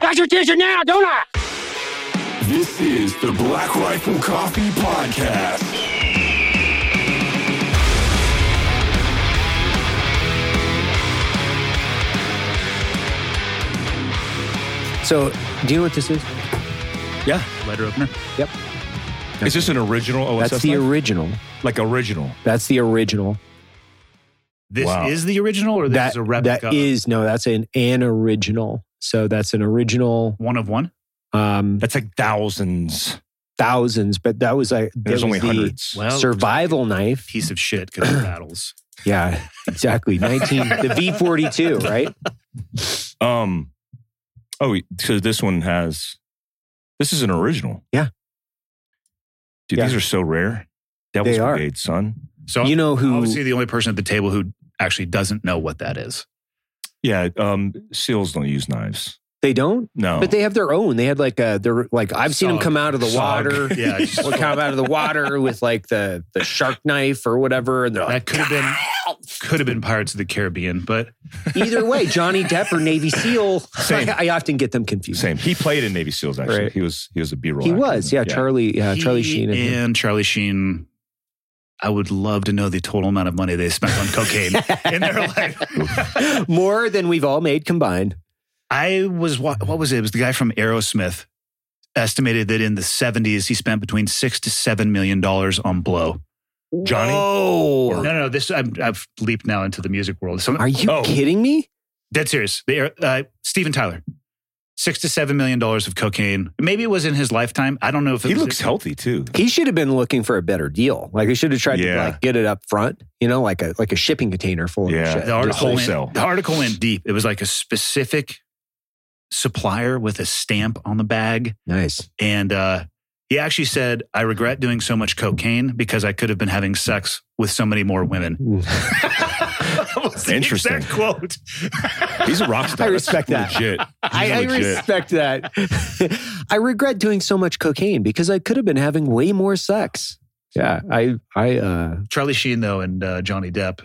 I should teach it now, don't I? This is the Black Rifle Coffee Podcast. So, do you know what this is? Yeah, letter opener. Yep. Is this an original OSS? That's the knife? original. like original. That's the original. This Wow. is the original, or this That is a replica? that is no, that's an an original. So that's an original. one of one. Um, That's like thousands. thousands, but that was like that There's was only the Oh, hundreds. Well, survival knife. piece of shit because of battles. Yeah, exactly. Nineteen, the V forty two, right? Um. Oh, so this one has. This is an original. Yeah. Dude, Yeah. these are so rare. Devil's They are. Brigade, son. So You know who? obviously the only person at the table who actually doesn't know what that is. Yeah. Um. Seals don't use knives. They don't, No. but they have their own. They had like a. They're like I've seen them Oh. Sog. come out of the Sog. water. Yeah, just- Or come out of the water with like the the shark knife or whatever, and they're like, that could have been could have been Pirates of the Caribbean, but Either way, Johnny Depp or Navy SEAL, Same. I, I often get them confused. Same. He played in Navy SEALs. Actually, Right. he was he was a B-roll. He actor. was, yeah, Charlie, yeah, Charlie he Sheen. And him. and Charlie Sheen. I would love to know the total amount of money they spent on cocaine in their life. More than we've all made combined. I was wa- what was it? It was the guy from Aerosmith estimated that in the 70s he spent between 6 to 7 million dollars on blow. Johnny? No, Whoa. no, no, this I'm, I've leaped now into the music world. Some, Are you Oh. kidding me? Dead serious. They are, uh, Steven Tyler, six to seven million dollars of cocaine. Maybe it was in his lifetime. I don't know if it He was looks healthy too. He should have been looking for a better deal. Like he should have tried to Yeah. like get it up front, you know, like a like a shipping container full of Yeah. shit. The article, went, wholesale. the article went deep. It was like a specific supplier with a stamp on the bag, Nice. and uh, he actually said, "I regret doing so much cocaine because I could have been having sex with so many more women." Was the Interesting. exact quote. He's a rock star. I That's respect that. Legit. I, I He's legit. respect that. I regret doing so much cocaine because I could have been having way more sex. Yeah. I I uh Charlie Sheen though, and uh, Johnny Depp.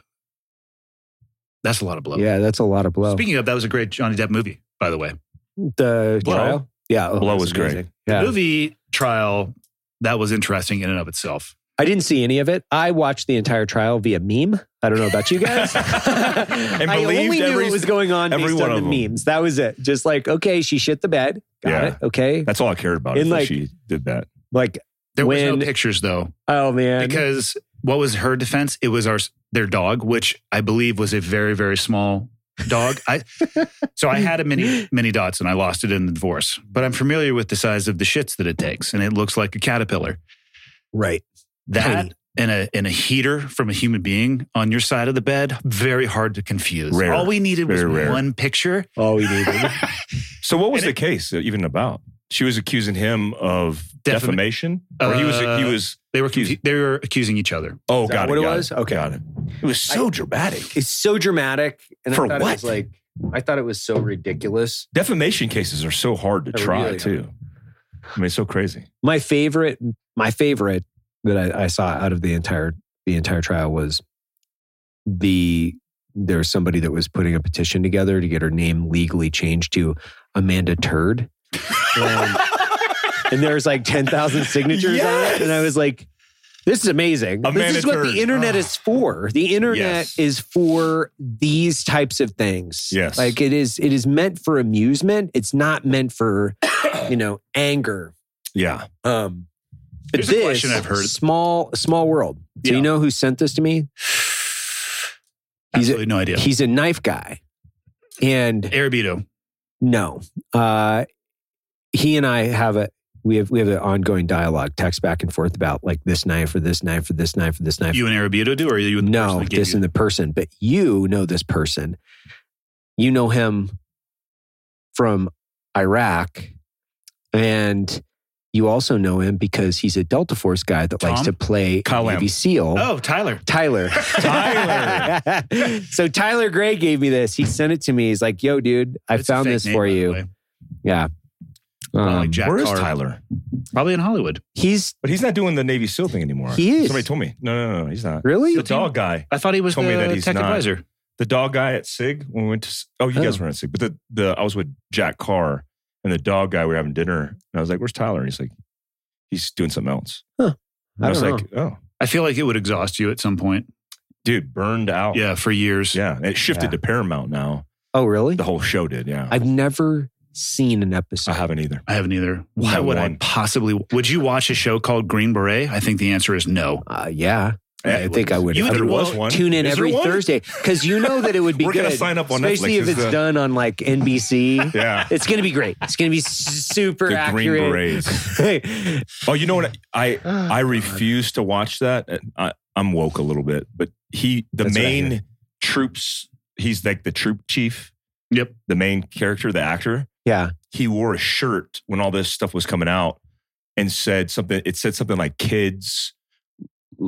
That's a lot of blow. yeah, that's a lot of blow. Speaking of, that was a great Johnny Depp movie, by the way. the Blow? trial? Yeah. Oh, Blow that's was great. amazing. The Yeah. movie trial that was interesting in and of itself. I didn't see any of it. I watched the entire trial via meme. I don't know about you guys. And I believed only knew every- what was going on every based on one the of 'em. memes. That was it. Just like, okay, she shit the bed. Got Yeah. it. Okay. That's all I cared about. is And, that like- she did that. Like, There was When- no pictures though, oh man. because what was her defense? It was our their dog, which I believe was a very very small dog. I so I had a mini mini dots and I lost it in the divorce, but I'm familiar with the size of the shits that it takes, and it looks like a caterpillar. right. Tiny. That. And a, and a heater from a human being on your side of the bed, very hard to confuse. Rare. All we needed was Very rare. one picture. All we needed. So what was And the case even about? She was accusing him of Defam- defamation, or he was he Uh, was. They were Excuse- confu- they were accusing each other. Oh, that got it. what it got was? Okay. got it. It was so dramatic. it's so dramatic. And For I thought what? it was like I thought it was so ridiculous. Defamation cases are so hard to They try really are. too. I mean, it's so crazy. My favorite my favorite that I, I saw out of the entire the entire trial was the there was somebody that was putting a petition together to get her name legally changed to Amanda Turd. And, and there's like 10,000 signatures on Yes! it. And I was like, this is amazing. this Amanda is what Turd. the internet Ah. is for. The internet Yes. is for these types of things. Yes. Like it is it is meant for amusement. It's not meant for, you know, anger. Yeah, Um, but Here's a this question I've heard. small small world. Do you Yeah. know who sent this to me? He's a, Absolutely no idea. he's a knife guy, and Arabito. no, uh, he and I have a we have we have an ongoing dialogue, text back and forth about like this knife or this knife or this knife or this knife. You and Arabito do, or are you and the person no, that gave this you? and the person, but you know this person. You know him from Iraq, and you also know him because he's a Delta Force guy that likes Tom? to play Kyle Lamb. Navy SEAL. Oh, Tyler. Tyler. Tyler. so Tyler Gray gave me this. He sent it to me. He's like, yo, dude, I That's a found fake this name, for by the you. way. Yeah. Not Um, like Jack where is Carr. Tyler? Probably in Hollywood. he's But he's not doing the Navy SEAL thing anymore. He is. Somebody told me. No, no, no, no he's not. really? The dog guy, I thought he was Told the me that he's tech not. advisor. the dog guy at Sig when we went to. Oh, you guys Oh. weren't at Sig, but the the I was with Jack Carr. and the dog guy were having dinner. And I was like, where's Tyler? And he's like, he's doing something else. Huh. And I, I was don't like, oh, I feel like it would exhaust you at some point. dude, burned out. Yeah, for years. Oh. Yeah. And it shifted Yeah. to Paramount now. Oh, really? The whole show did. Yeah. I, I've never seen an episode. haven't either. I haven't either. Why Not would I one. possibly? Would you watch a show called Green Beret? I think the answer is no. Uh, yeah, Uh-huh. Yeah, I think I would. You I there would was one. Tune in Is there every one? Thursday because you know that it would be We're good. gonna sign up on especially Netflix if as it's the- done on like NBC. Yeah. It's gonna be great. It's gonna be super the Green accurate. Oh, Berets. Hey. Oh, you know what? I I refuse to watch that. I, I'm woke a little bit, but he the That's what I main troops. He's like the troop chief. Yep. The main character, the actor. Yeah. He wore a shirt when all this stuff was coming out, and said something. It said something like "kids,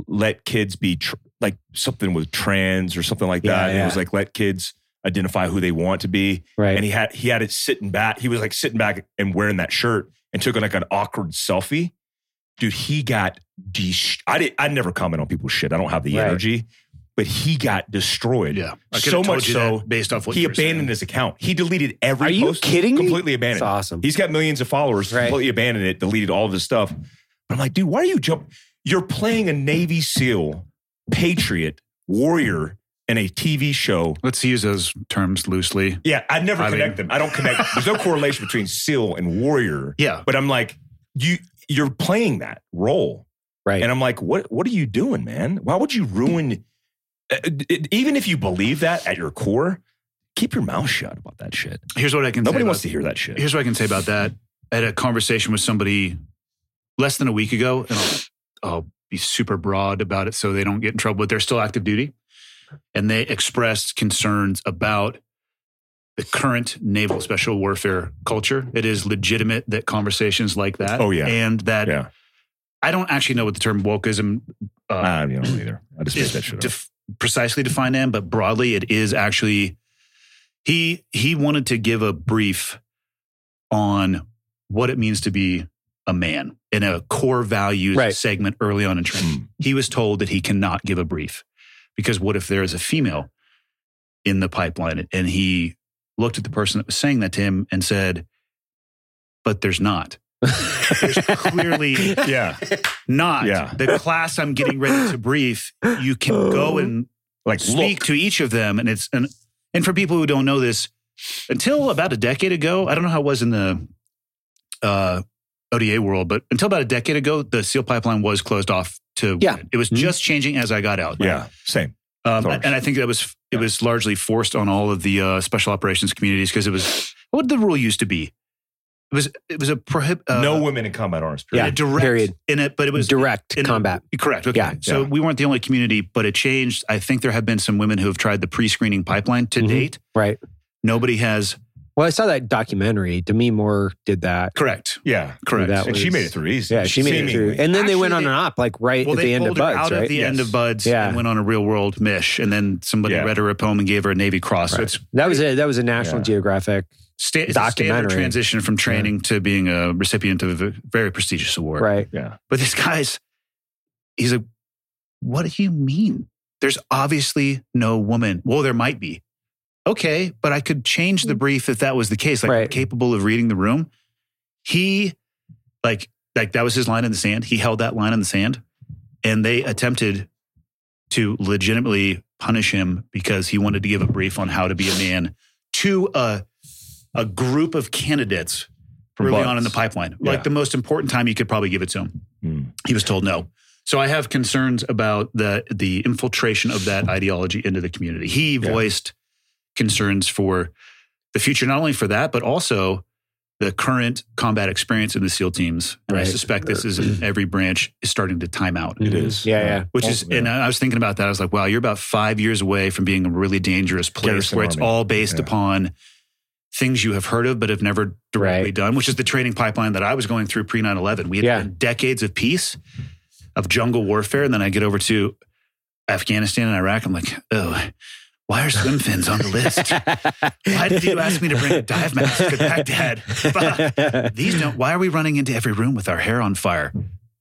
let kids be tr- like something with trans or something like Yeah, that." And yeah. It was like let kids identify who they want to be Right. and he had he had it sitting back. He was like sitting back and wearing that shirt and took like an awkward selfie. Dude, he got de- I did I never comment on people's shit. I don't have the Right. energy, but he got destroyed. Yeah. So could've told much you that so, based off what he you were saying. abandoned his account. He deleted every. Are you post, kidding me? Completely abandoned. It's awesome. He's got millions of followers. Right. Completely abandoned it. Deleted all of his stuff. But I'm like, dude, why are you jump? You're playing a Navy SEAL, patriot, warrior in a TV show Let's use those terms loosely. yeah, I never I connect mean- them. I don't connect. There's no correlation between SEAL and warrior. Yeah. But I'm like, you you're playing that role, right. and I'm like, what what are you doing, man? Why would you ruin? uh, it- Even if you believe that at your core, keep your mouth shut about that shit. Here's what I can. Nobody say wants about- to hear that shit. Here's what I can say about that. I had a conversation with somebody less than a week ago, and I'll, I'll be super broad about it so they don't get in trouble, but they're still active duty. And they expressed concerns about the current naval special warfare culture. It is legitimate that conversations like that. Oh, yeah. And that Yeah, I don't actually know what the term wokeism uh, I don't either. I just made is that shit up. def- precisely defined in, but broadly, it is actually he he wanted to give a brief on what it means to be a man in a core values Right. segment early on in training. Mm. He was told that he cannot give a brief because what if there is a female in the pipeline? And he looked at the person that was saying that to him and said, "But there's not." There's clearly Yeah, not Yeah. the class I'm getting ready to brief. You can go and Oh. like speak look. to each of them, and it's and and for people who don't know this, until about a decade ago, I don't know how it was in the uh, ODA world, but until about a decade ago, the SEAL pipeline was closed off to Yeah. It was Mhm. just changing as I got out. Hmm? Yeah, same. Um, Of course. and I think that was it Yeah. was largely forced on all of the uh, special operations communities because it was what did the rule used to be. It was it was a prohib- uh, no women in combat arms. a Period. direct period. in it, but it was direct in a- combat. Correct. Okay. Yeah. So Yeah. we weren't the only community, but it changed. I think there have been some women who have tried the pre-screening pipeline to Mhm. date. Right. Nobody has. Well, I saw that documentary. Demi Moore did that. Correct. Yeah, Correct. That and she was- made it through easy. Yeah, she made it Seemingly. through. And then they went on Actually, an op like right well, at they the end pulled of her Buds, out right? of the Yes. end of Buds Yeah. and went on a real world mish, and then somebody Yeah. read her a poem and gave her a Navy Cross. So Right. it's, That was a that was a National Yeah. Geographic. sta- it's a standard Documentary. transition from training to being a recipient of a very prestigious award. Right. Yeah, But this guy's, he's like, what do you mean? There's obviously no woman. Well, there might be. Okay, but I could change the brief if that was the case. Like, I'm Right. capable of reading the room. He, like, like that was his line in the sand. He held that line in the sand, and they attempted to legitimately punish him because he wanted to give a brief on how to be a man to a a group of candidates early Buds. on in the pipeline. Yeah. Like the most important time you could probably give it to him Mm. he was told no. So I have concerns about the the infiltration of that ideology into the community. He Yeah. voiced concerns for the future, not only for that, but also the current combat experience in the SEAL teams. And I Right. suspect this is in every branch is starting to time out. it Mhm. is. Yeah, yeah. Which is, Yeah. and I was thinking about that. I was like, wow, you're about five years away from being a really dangerous place Garrison where it's Army. all based Yeah. upon things you have heard of but have never directly Right. done, which is the training pipeline that I was going through pre 9 11. We had Yeah. been decades of peace, of jungle warfare. And then I get over to Afghanistan and Iraq. I'm like, oh, why are swim fins on the list? Why did you ask me to bring a dive mask to Baghdad? Fuck. These don't, why are we running into every room with our hair on fire?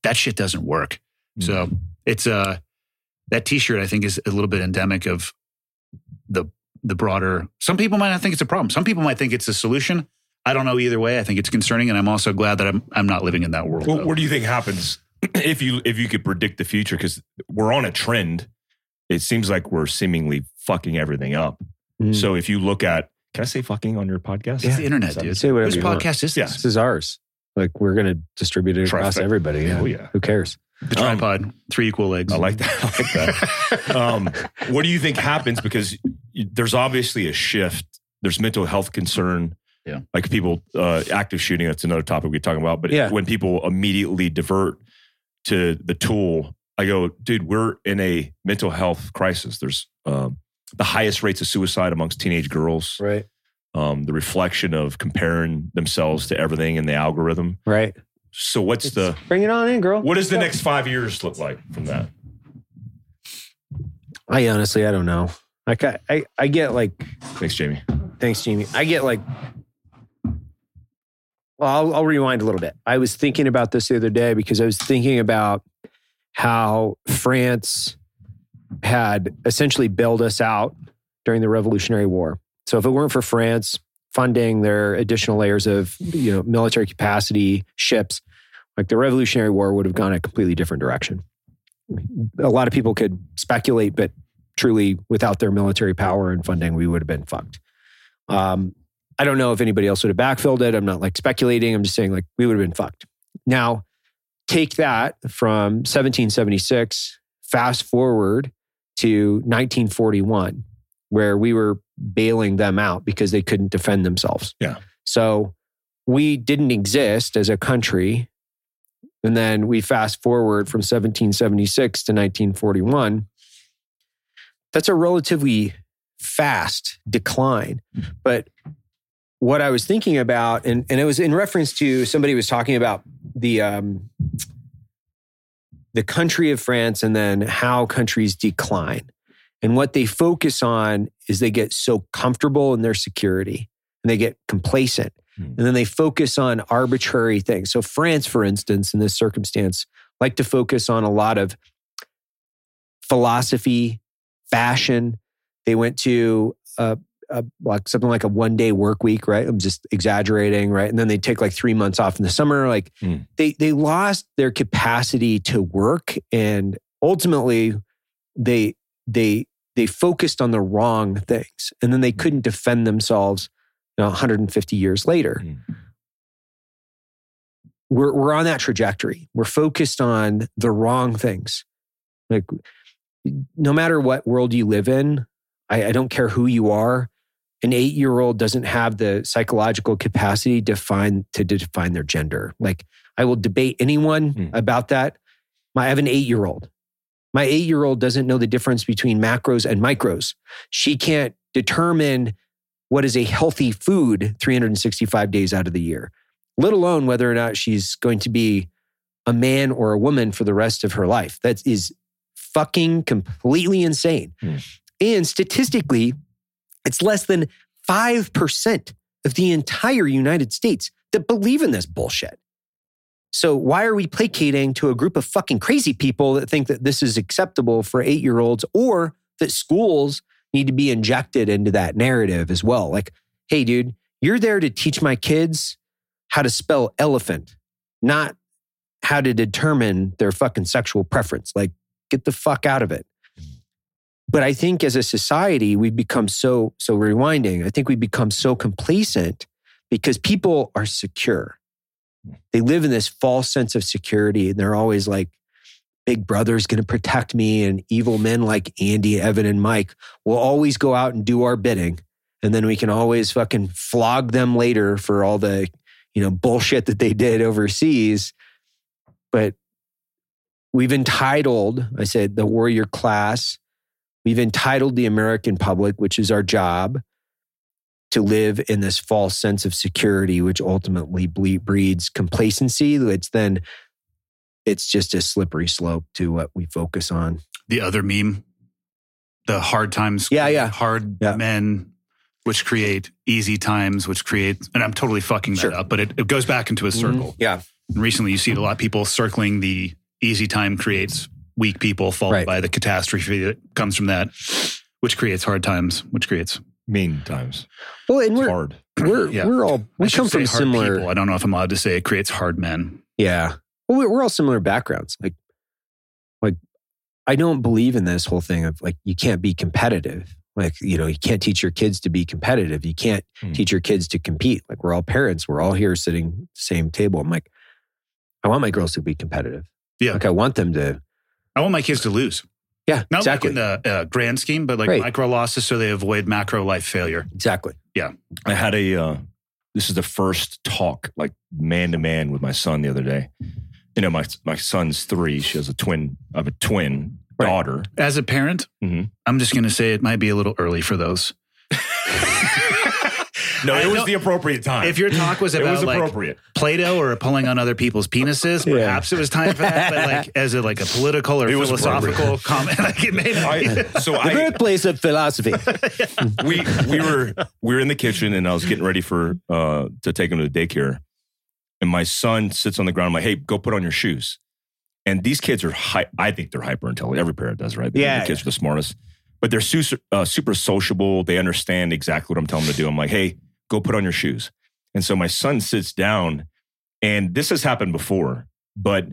That shit doesn't work. So Hmm. it's uh that T-shirt I think is a little bit endemic of the the broader. Some people might not think it's a problem. Some people might think it's a solution. I don't know either way. I think it's concerning, and I'm also glad that I'm I'm not living in that world. Well, though. what do you think happens if you if you could predict the future? Because we're on a trend. It seems like we're seemingly fucking everything up. Mm. So if you look at, can I say fucking on your podcast? it's the internet, So dude. say whatever Whose you want. podcast is Yeah. this? this is ours. Like we're gonna distribute it across Traffic. everybody. Yeah. Oh yeah, Who cares? The Um, tripod, three equal legs. I like that. I like that. um, what do you think happens? Because y- there's obviously a shift. There's mental health concern. Yeah. Like people, uh, active shooting, that's another topic we're talking about. But Yeah. when people immediately divert to the tool, I go, dude, we're in a mental health crisis. There's um, the highest rates of suicide amongst teenage girls. Right. Um, the reflection of comparing themselves to everything in the algorithm. Right. So what's the Bring it on in, girl. what does the next five years look like from that? I honestly, I don't know. Like I, I, I get like, Thanks, Jamie. thanks, Jamie. I get like. Well, I'll, I'll rewind a little bit. I was thinking about this the other day because I was thinking about how France had essentially bailed us out during the Revolutionary War. So if it weren't for France funding their additional layers of you know military capacity, ships, like the Revolutionary War would have gone a completely different direction. A lot of people could speculate, but truly, without their military power and funding, we would have been fucked. Um, I don't know if anybody else would have backfilled it. I'm not like speculating. I'm just saying like we would have been fucked. Now, take that from 1776, fast forward to 1941, where we were bailing them out because they couldn't defend themselves. Yeah. So we didn't exist as a country. And then we fast forward from 1776 to 1941. That's a relatively fast decline but what I was thinking about, and, and it was in reference to somebody was talking about the um, the country of France and then how countries decline. And what they focus on is they get so comfortable in their security and they get complacent. Hmm. And then they focus on arbitrary things. So, France, for instance, in this circumstance, like to focus on a lot of philosophy, fashion. They went to uh, a, like something like a one day work week, right? I'm just exaggerating, right? And then they take like three months off in the summer. Like Mm. they they lost their capacity to work, and ultimately they they they focused on the wrong things, and then they couldn't defend themselves. You know, 150 years later, Mm. we're we're on that trajectory. We're focused on the wrong things. Like, no matter what world you live in, I, I don't care who you are. An eight-year-old doesn't have the psychological capacity to find to define their gender. Like, I will debate anyone Mm. about that. My, I have an eight-year-old. My eight-year-old doesn't know the difference between macros and micros. She can't determine what is a healthy food 365 days out of the year let alone whether or not she's going to be a man or a woman for the rest of her life. That is fucking completely insane. Hmm. And statistically, it's less than 5% of the entire United States that believe in this bullshit. So, why are we placating to a group of fucking crazy people that think that this is acceptable for eight year olds or that schools need to be injected into that narrative as well? Like, hey, dude, you're there to teach my kids how to spell elephant, not how to determine their fucking sexual preference. Like, get the fuck out of it. But I think as a society, we've become so, so rewinding. I think we've become so complacent because people are secure. They live in this false sense of security and they're always like, Big Brother's going to protect me. And evil men like Andy, Evan, and Mike will always go out and do our bidding. And then we can always fucking flog them later for all the you know bullshit that they did overseas but we've entitled i said the warrior class we've entitled the american public which is our job to live in this false sense of security which ultimately ble- breeds complacency it's then it's just a slippery slope to what we focus on the other meme, the hard times. Yeah, yeah. Hard Yeah. men, which create easy times, which create, and I'm totally fucking Sure. that up, but it, it goes back into a Mhm. circle. yeah And recently, you see a lot of people circling the easy time creates weak people, followed Right. by the catastrophe that comes from that, which creates hard times, which creates Mean times. well and It's we're hard. we're Yeah. we're all we I should come say from hard similar people. I don't know if I'm allowed to say it creates hard men. Yeah. Well, we- we're all similar backgrounds. Like, like I don't believe in this whole thing of like you can't be competitive. Like, you know, you can't teach your kids to be competitive. You can't Hmm. teach your kids to compete. Like we're all parents. We're all here sitting at the same table. I'm like, I want my girls to be competitive. Yeah. Like I want them to. I want my kids to lose. Yeah. Not exactly. like in the uh, grand scheme, but like Right. micro losses so they avoid macro life failure. exactly. I had a uh, this is the first talk like man to man with my son the other day. You know, my my son's three. She has a twin. I have a twin Right. daughter. As a parent, Mhm. I'm just going to say it might be a little early for those. No, I it was know- the appropriate time. If your talk was it about was like appropriate. Plato or pulling on other people's penises, Yeah. perhaps it was time for that. But like as a like a political or It was philosophical comment, like it may not be. I, so The I birthplace of philosophy. we we were we were in the kitchen and I was getting ready for uh to take him to the daycare. And my son sits on the ground. I'm like, hey, go put on your shoes. And these kids are high. I think they're hyper intelligent. Every parent does, right? They think Yeah, the kids are the smartest. But they're super, uh, super sociable. They understand exactly what I'm telling them to do. I'm like, hey, go put on your shoes. And so my son sits down, and this has happened before, but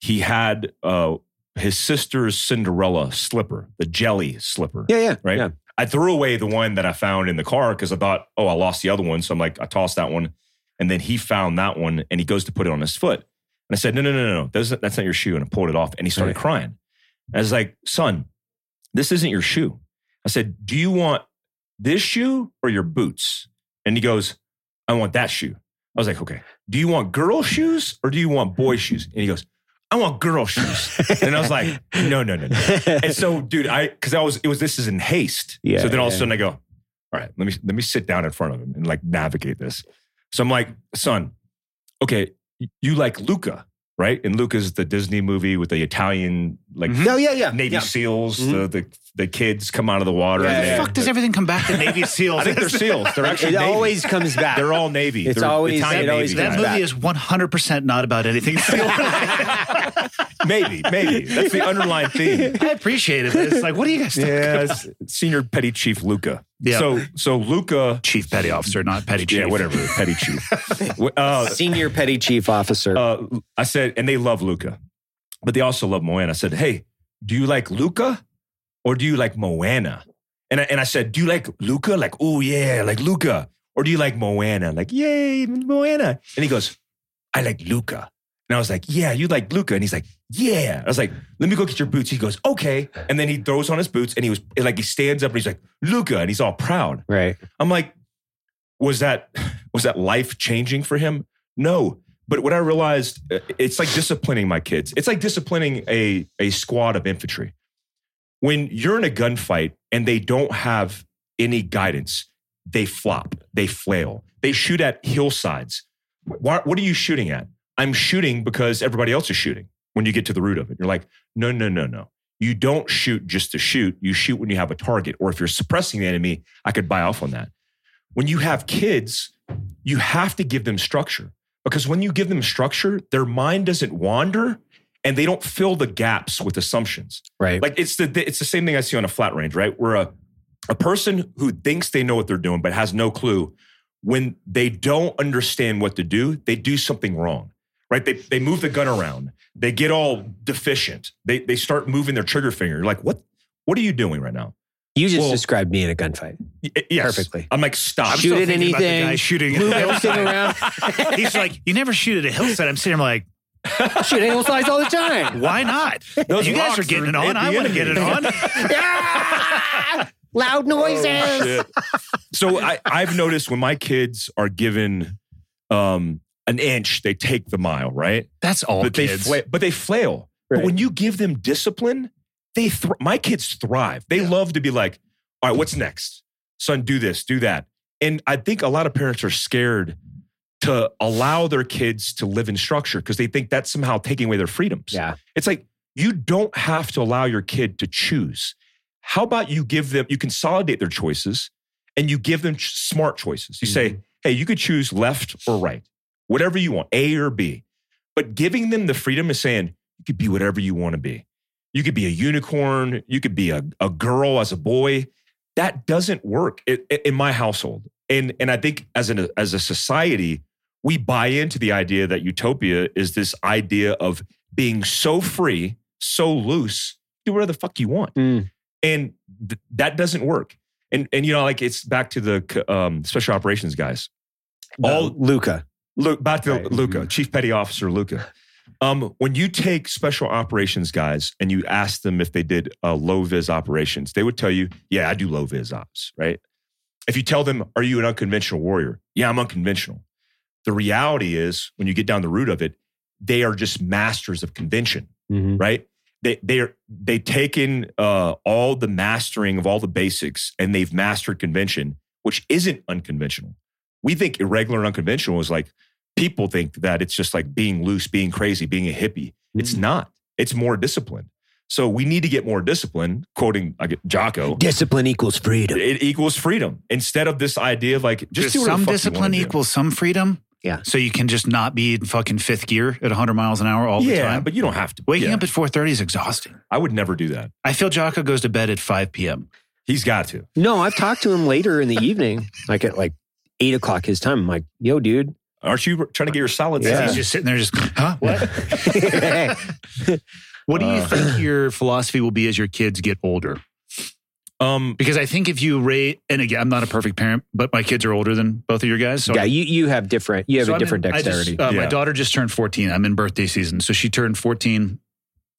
he had uh, his sister's Cinderella slipper, the jelly slipper. yeah. Yeah. Right. Yeah. I threw away the one that I found in the car because I thought, oh, I lost the other one. So I'm like, I tossed that one. And then he found that one and he goes to put it on his foot. And I said, no, no, no, no, no. That's, not- that's not your shoe. And I pulled it off and he started Right. crying. I was like, son, this isn't your shoe. I said, do you want this shoe or your boots? And he goes, I want that shoe. I was like, okay, do you want girl shoes or do you want boy shoes? And he goes, I want girl shoes. and I was like, no, no, no, no and so, dude, I because I was it was this is in haste. Yeah, So then all of a yeah. sudden I go, all right, let me let me sit down in front of him and like navigate this. So I'm like, son, okay, y- you like Luca, right? And Luca's the Disney movie with the Italian like Mhm. no. Yeah. Mm-hmm. Yeah. Navy yeah. SEALs. Mhm. The, the the kids come out of the water. Yeah, and Where they- the fuck does everything come back to Navy SEALs? I think they're SEALs. They're actually It Navy. always comes back. They're all Navy. It's They're always- Italian it always Navy that comes guys. movie back. is 100% not about anything SEAL. maybe, maybe that's the underlying theme. I appreciate it. but It's like, what do you guys think? Yes, Senior Petty Chief Luca. Yeah. So so Luca. Chief petty officer, not petty chief. Yeah, whatever, petty chief. Wh- uh, Senior petty chief officer. uh, I said, and they love Luca, but they also love Moana. I said, hey, do you like Luca or do you like Moana? And I, and I said, do you like Luca? Like, oh yeah, like Luca. Or do you like Moana? Like, yay, Moana. And he goes, I like Luca. And I was like, yeah, you like Luca. And he's like, yeah. I was like, let me go get your boots. He goes, okay. And then he throws on his boots and he was like, he stands up and he's like, Luca. And he's all proud. right. I'm like, was that was that life changing for him? No. But what I realized, uh, it's like disciplining my kids. It's like disciplining a a squad of infantry. When you're in a gunfight and they don't have any guidance, they flop, they flail, they shoot at hillsides. Why, what are you shooting at? I'm shooting because everybody else is shooting. When you get to the root of it, you're like, no, no, no, no. You don't shoot just to shoot. You shoot when you have a target, or if you're suppressing the enemy, I could buy off on that. When you have kids, you have to give them structure because when you give them structure, their mind doesn't wander and they don't fill the gaps with assumptions. Right. Like it's the it's the same thing I see on a flat range, right? Where a a person who thinks they know what they're doing but has no clue, when they don't understand what to do, they do something wrong. Right? They they move the gun around. They get all deficient. They they start moving their trigger finger. You're like, what what are you doing right now? you just well- described me in a gunfight. Y- yes. Perfectly. I'm like, stop. I'm Shoot still at thinking about the anything. guy shooting Move at a everything hillside. around. He's like, you never shoot at a hillside. I'm sitting there like, Shoot at hillsides all the time. why not? Those you guys rocks are getting are it on. the I want to get it on. enemy. Loud noises. Shit. so I, I've noticed when my kids are given um, an inch, they take the mile, right? That's all but kids. they fla- but they flail. Right. But when you give them discipline, they thr my kids thrive. They love to be like, all right, what's next? Son, do this, do that. And I think a lot of parents are scared to allow their kids to live in structure because they think that's somehow taking away their freedoms. Yeah. It's like you don't have to allow your kid to choose. How about you give them, you consolidate their choices and you give them ch- smart choices. You Mm-hmm. say, hey, you could choose left or right, whatever you want, A or B. But giving them the freedom is saying, you could be whatever you want to be. You could be a unicorn. You could be a, a girl as a boy. That doesn't work i- i- in my household. And and I think as an as a society, we buy into the idea that utopia is this idea of being so free, so loose, do whatever the fuck you want. Mm. And th- that doesn't work. And and you know like it's back to the um, special operations guys. All All Uh, Luca. Look back to Right. Luca, Chief Petty Officer Luca. Um, when you take special operations guys and you ask them if they did uh, low vis operations, they would tell you, "Yeah, I do low vis ops." Right? If you tell them, "Are you an unconventional warrior?" Yeah, I'm unconventional. The reality is, when you get down the root of it, they are just masters of convention Mm-hmm. right? They they are they take in uh, all the mastering of all the basics, and they've mastered convention, which isn't unconventional. We think irregular and unconventional is like people think that it's just like being loose, being crazy, being a hippie. It's Mm-hmm. not. It's more disciplined. So we need to get more disciplined. Quoting I get Jocko, Discipline equals freedom. it equals freedom instead of this idea of like Does just do whatever some the fuck you discipline wanna do. equals some freedom. Yeah. So you can just not be in fucking fifth gear at 100 miles an hour all the yeah, time. but you don't have to. Waking yeah. up at 4:30 is exhausting. I would never do that. I feel Jocko goes to bed at 5 p.m. He's got to. No, I've talked to him later in the evening, like at like eight o'clock his time. I'm like, yo, dude. Aren't you trying to get your solids? Yeah. in? He's just sitting there, just huh? What? what do you Uh. think your philosophy will be as your kids get older? Um, Because I think if you rate, and again, I'm not a perfect parent, but my kids are older than both of your guys. So yeah, you, you have different you have So a I'm in- different I just- dexterity. uh, My Yeah. daughter just turned 14. I'm in birthday season. So she turned 14.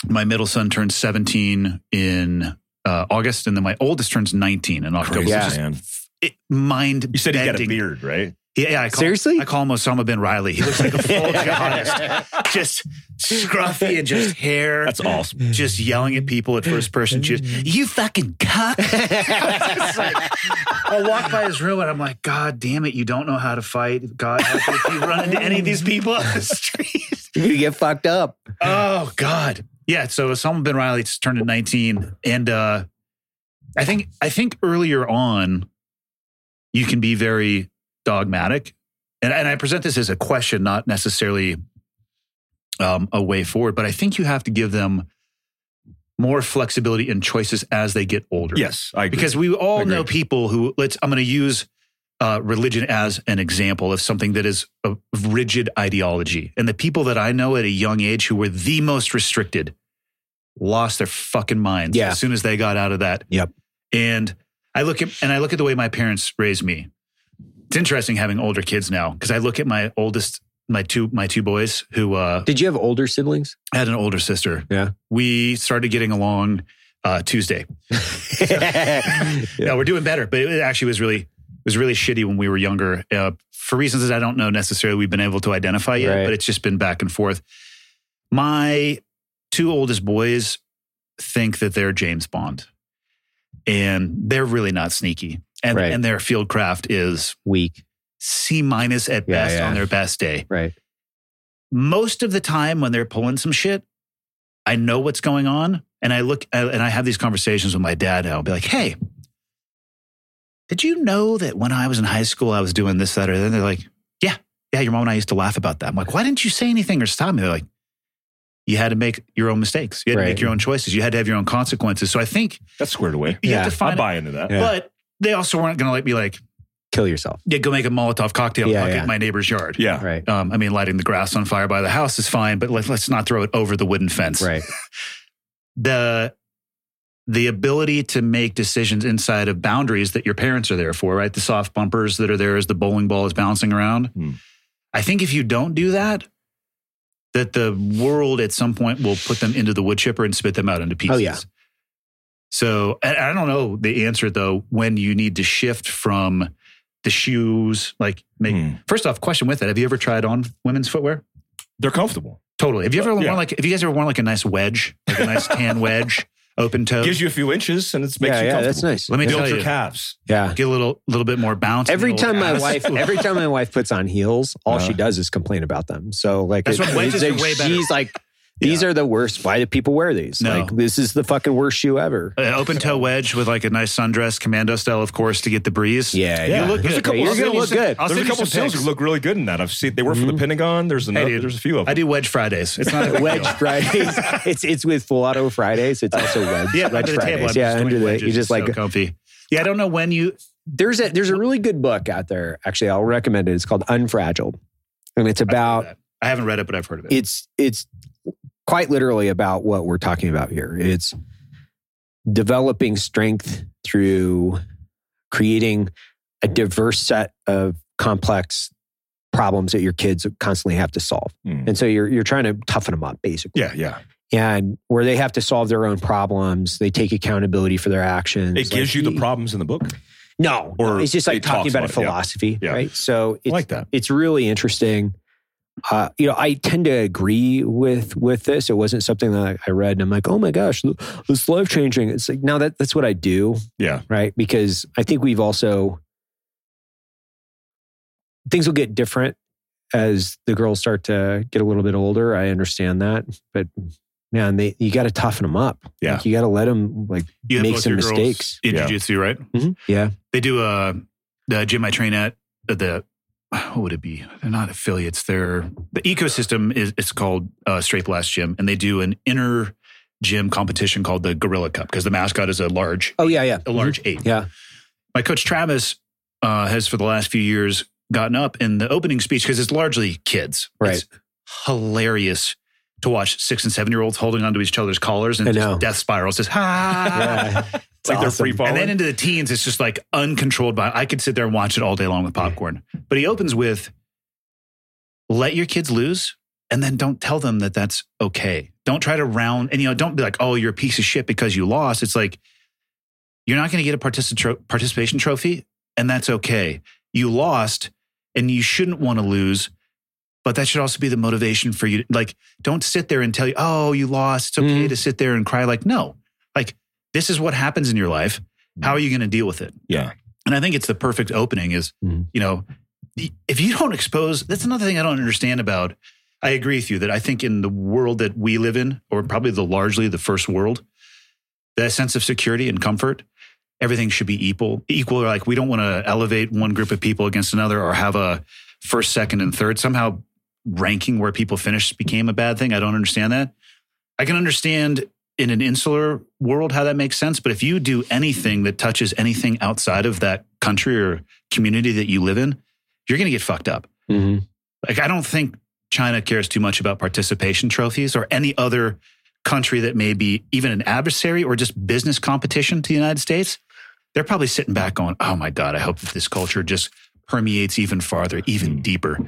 My middle son turned 17 in uh, August. And then my oldest turns 19 in October. crazy, It's Yeah. just man. it, mind You said he got a bending. beard, right? Yeah, yeah, I call, Seriously? I call him Osama bin Riley. He looks like a full jihadist. Just scruffy and just hair. That's awesome. Just yelling at people at first person. Just, you fucking cuck. It's like, I walk by his room and I'm like, God damn it, you don't know how to fight. God help you if you run into any of these people on the street. You're gonna get fucked up. Oh God. Yeah. So Osama bin Riley just turned to 19. And uh I think I think earlier on you can be very dogmatic. And and I present this as a question, not necessarily um, a way forward, but I think you have to give them more flexibility and choices as they get older Yes, I agree. because we all Agreed. know people who let's i'm going to use uh, religion as an example of something that is a rigid ideology and the people that i know at a young age who were the most restricted lost their fucking minds Yeah. as soon as they got out of that Yep. and i look at and i look at the way my parents raised me it's interesting having older kids now because i look at my oldest my two my two boys who uh, Did you have older siblings? I had an older sister Yeah. we started getting along uh, tuesday yeah. no, we're doing better, but it actually was really it was really shitty when we were younger uh, for reasons that I don't know necessarily we've been able to identify yet. Right. But it's just been back and forth. My two oldest boys think that they're James Bond, and they're really not sneaky, and Right. and their field craft is Weak. C minus at Yeah, best yeah. on their best day Right. most of the time when they're pulling some shit, I know what's going on. And I look I- and I have these conversations with my dad. And I'll be like, hey, did you know that when I was in high school, I was doing this, that, or then they're like, yeah, yeah, your mom and I used to laugh about that. I'm like, why didn't you say anything or stop me? They're like, you had to make your own mistakes. You had to Right. make your own choices. You had to have your own consequences. So I think That's squared away. you Yeah, have to I find, buy into that. Yeah. but they also weren't going to let me like, Kill yourself. yeah, go make a Molotov cocktail Yeah, and fuck yeah. at my neighbor's yard. Yeah. Right. Um, I mean, lighting the grass on fire by the house is fine, but let, let's not throw it over the wooden fence. Right. The the ability to make decisions inside of boundaries that your parents are there for, right? The soft bumpers that are there as the bowling ball is bouncing around. Hmm. I think if you don't do that, that the world at some point will put them into the wood chipper and spit them out into pieces. Oh, yeah. So I, I don't know the answer though when you need to shift from the shoes, like make Hmm. First off, question with it: Have you ever tried on women's footwear? They're comfortable. Totally. Have you ever Uh, worn yeah. like? Have you guys ever worn like a nice wedge, like a nice tan wedge, open toe? Gives you a few inches and it makes yeah, you yeah, comfortable. that's nice. Let me Builds tell your you. calves. Yeah. Get a little, little bit more bounce. in Every the time old my ass. wife, every time my wife puts on heels, all Uh. she does is complain about them. So like, That's it- what wedges it's- are way better. she's like, these are the worst. Why do people wear these? No. Like, this is the fucking worst shoe ever. An uh, open toe wedge with like a nice sundress, commando style, of course, to get the breeze. Yeah, you yeah. look There's a good. couple- You're I'll send gonna you look some- good. I'll There's a send you couple some sales pics. who look really good in that. I've seen they were Mm-hmm. for the Pentagon. There's another, dude. there's a few of I them. do wedge Fridays. It's not a big Wedge deal. Fridays. It's it's with full auto Fridays. It's also wedge, Yeah, wedge under the table. Fridays. I'm yeah, just doing under the wedges. you It's just like so comfy. Yeah, I don't know when you. there's a there's a really good book out there. Actually, I'll recommend it. It's called Unfragile, and it's about I haven't read it, but I've heard of it. it's it's quite literally about what we're talking about here. It's developing strength through creating a diverse set of complex problems that your kids constantly have to solve. Mm. And so you're you're trying to toughen them up basically. Yeah, yeah. And where they have to solve their own problems, they take accountability for their actions. It gives Like, you the problems in the book. No, no, or it's just like it talking talks about a about it, yeah. philosophy, Yeah. right? So I it's like that. it's really interesting. Uh, you know, I tend to agree with with this. It wasn't something that I read and I'm like, oh my gosh, it's life changing. It's like now that that's what I do, Yeah. right? Because I think we've also things will get different as the girls start to get a little bit older. I understand that, but man, they you got to toughen them up. Yeah. Like, you got to let them like you have make both some your girls mistakes. Mm-hmm. in Yeah. jujitsu, right? yeah, They do a the gym I train at. uh, The what would it be? They're not affiliates. They're the ecosystem is it's called uh, Straight Blast Gym, and they do an inner gym competition called the Gorilla Cup because the mascot is a large oh yeah, yeah, a large ape. yeah. my coach Travis uh, has for the last few years gotten up in the opening speech because it's largely kids. Right. It's hilarious to watch six and seven year olds holding onto each other's collars and I just know. death spirals. Just ha. Yeah. It's like they're awesome. free falling. And then into the teens, it's just like uncontrolled by. I could sit there and watch it all day long with popcorn. But he opens with, "Let your kids lose, and then don't tell them that that's okay. Don't try to round and you know don't be like, oh, you're a piece of shit because you lost. It's like you're not going to get a particip- participation trophy, and that's okay. You lost, and you shouldn't want to lose." But that should also be the motivation for you. to- Like, don't sit there and tell you, oh, you lost. It's okay Mhm. to sit there and cry. Like, no, this is what happens in your life. How are you going to deal with it? Yeah. And I think it's the perfect opening is, Mhm. you know, if you don't expose, that's another thing I don't understand about. I agree with you that I think in the world that we live in, or probably the largely the first world, that sense of security and comfort, everything should be equal. Equal, like we don't want to elevate one group of people against another or have a first, second, and third. Somehow ranking where people finish became a bad thing. I don't understand that. I can understand in an insular world how that makes sense but if you do anything that touches anything outside of that country or community that you live in you're going to get fucked up Mhm. like i don't think china cares too much about participation trophies or any other country that may be even an adversary or just business competition to the united states they're probably sitting back going oh my god i hope that this culture just permeates even farther even deeper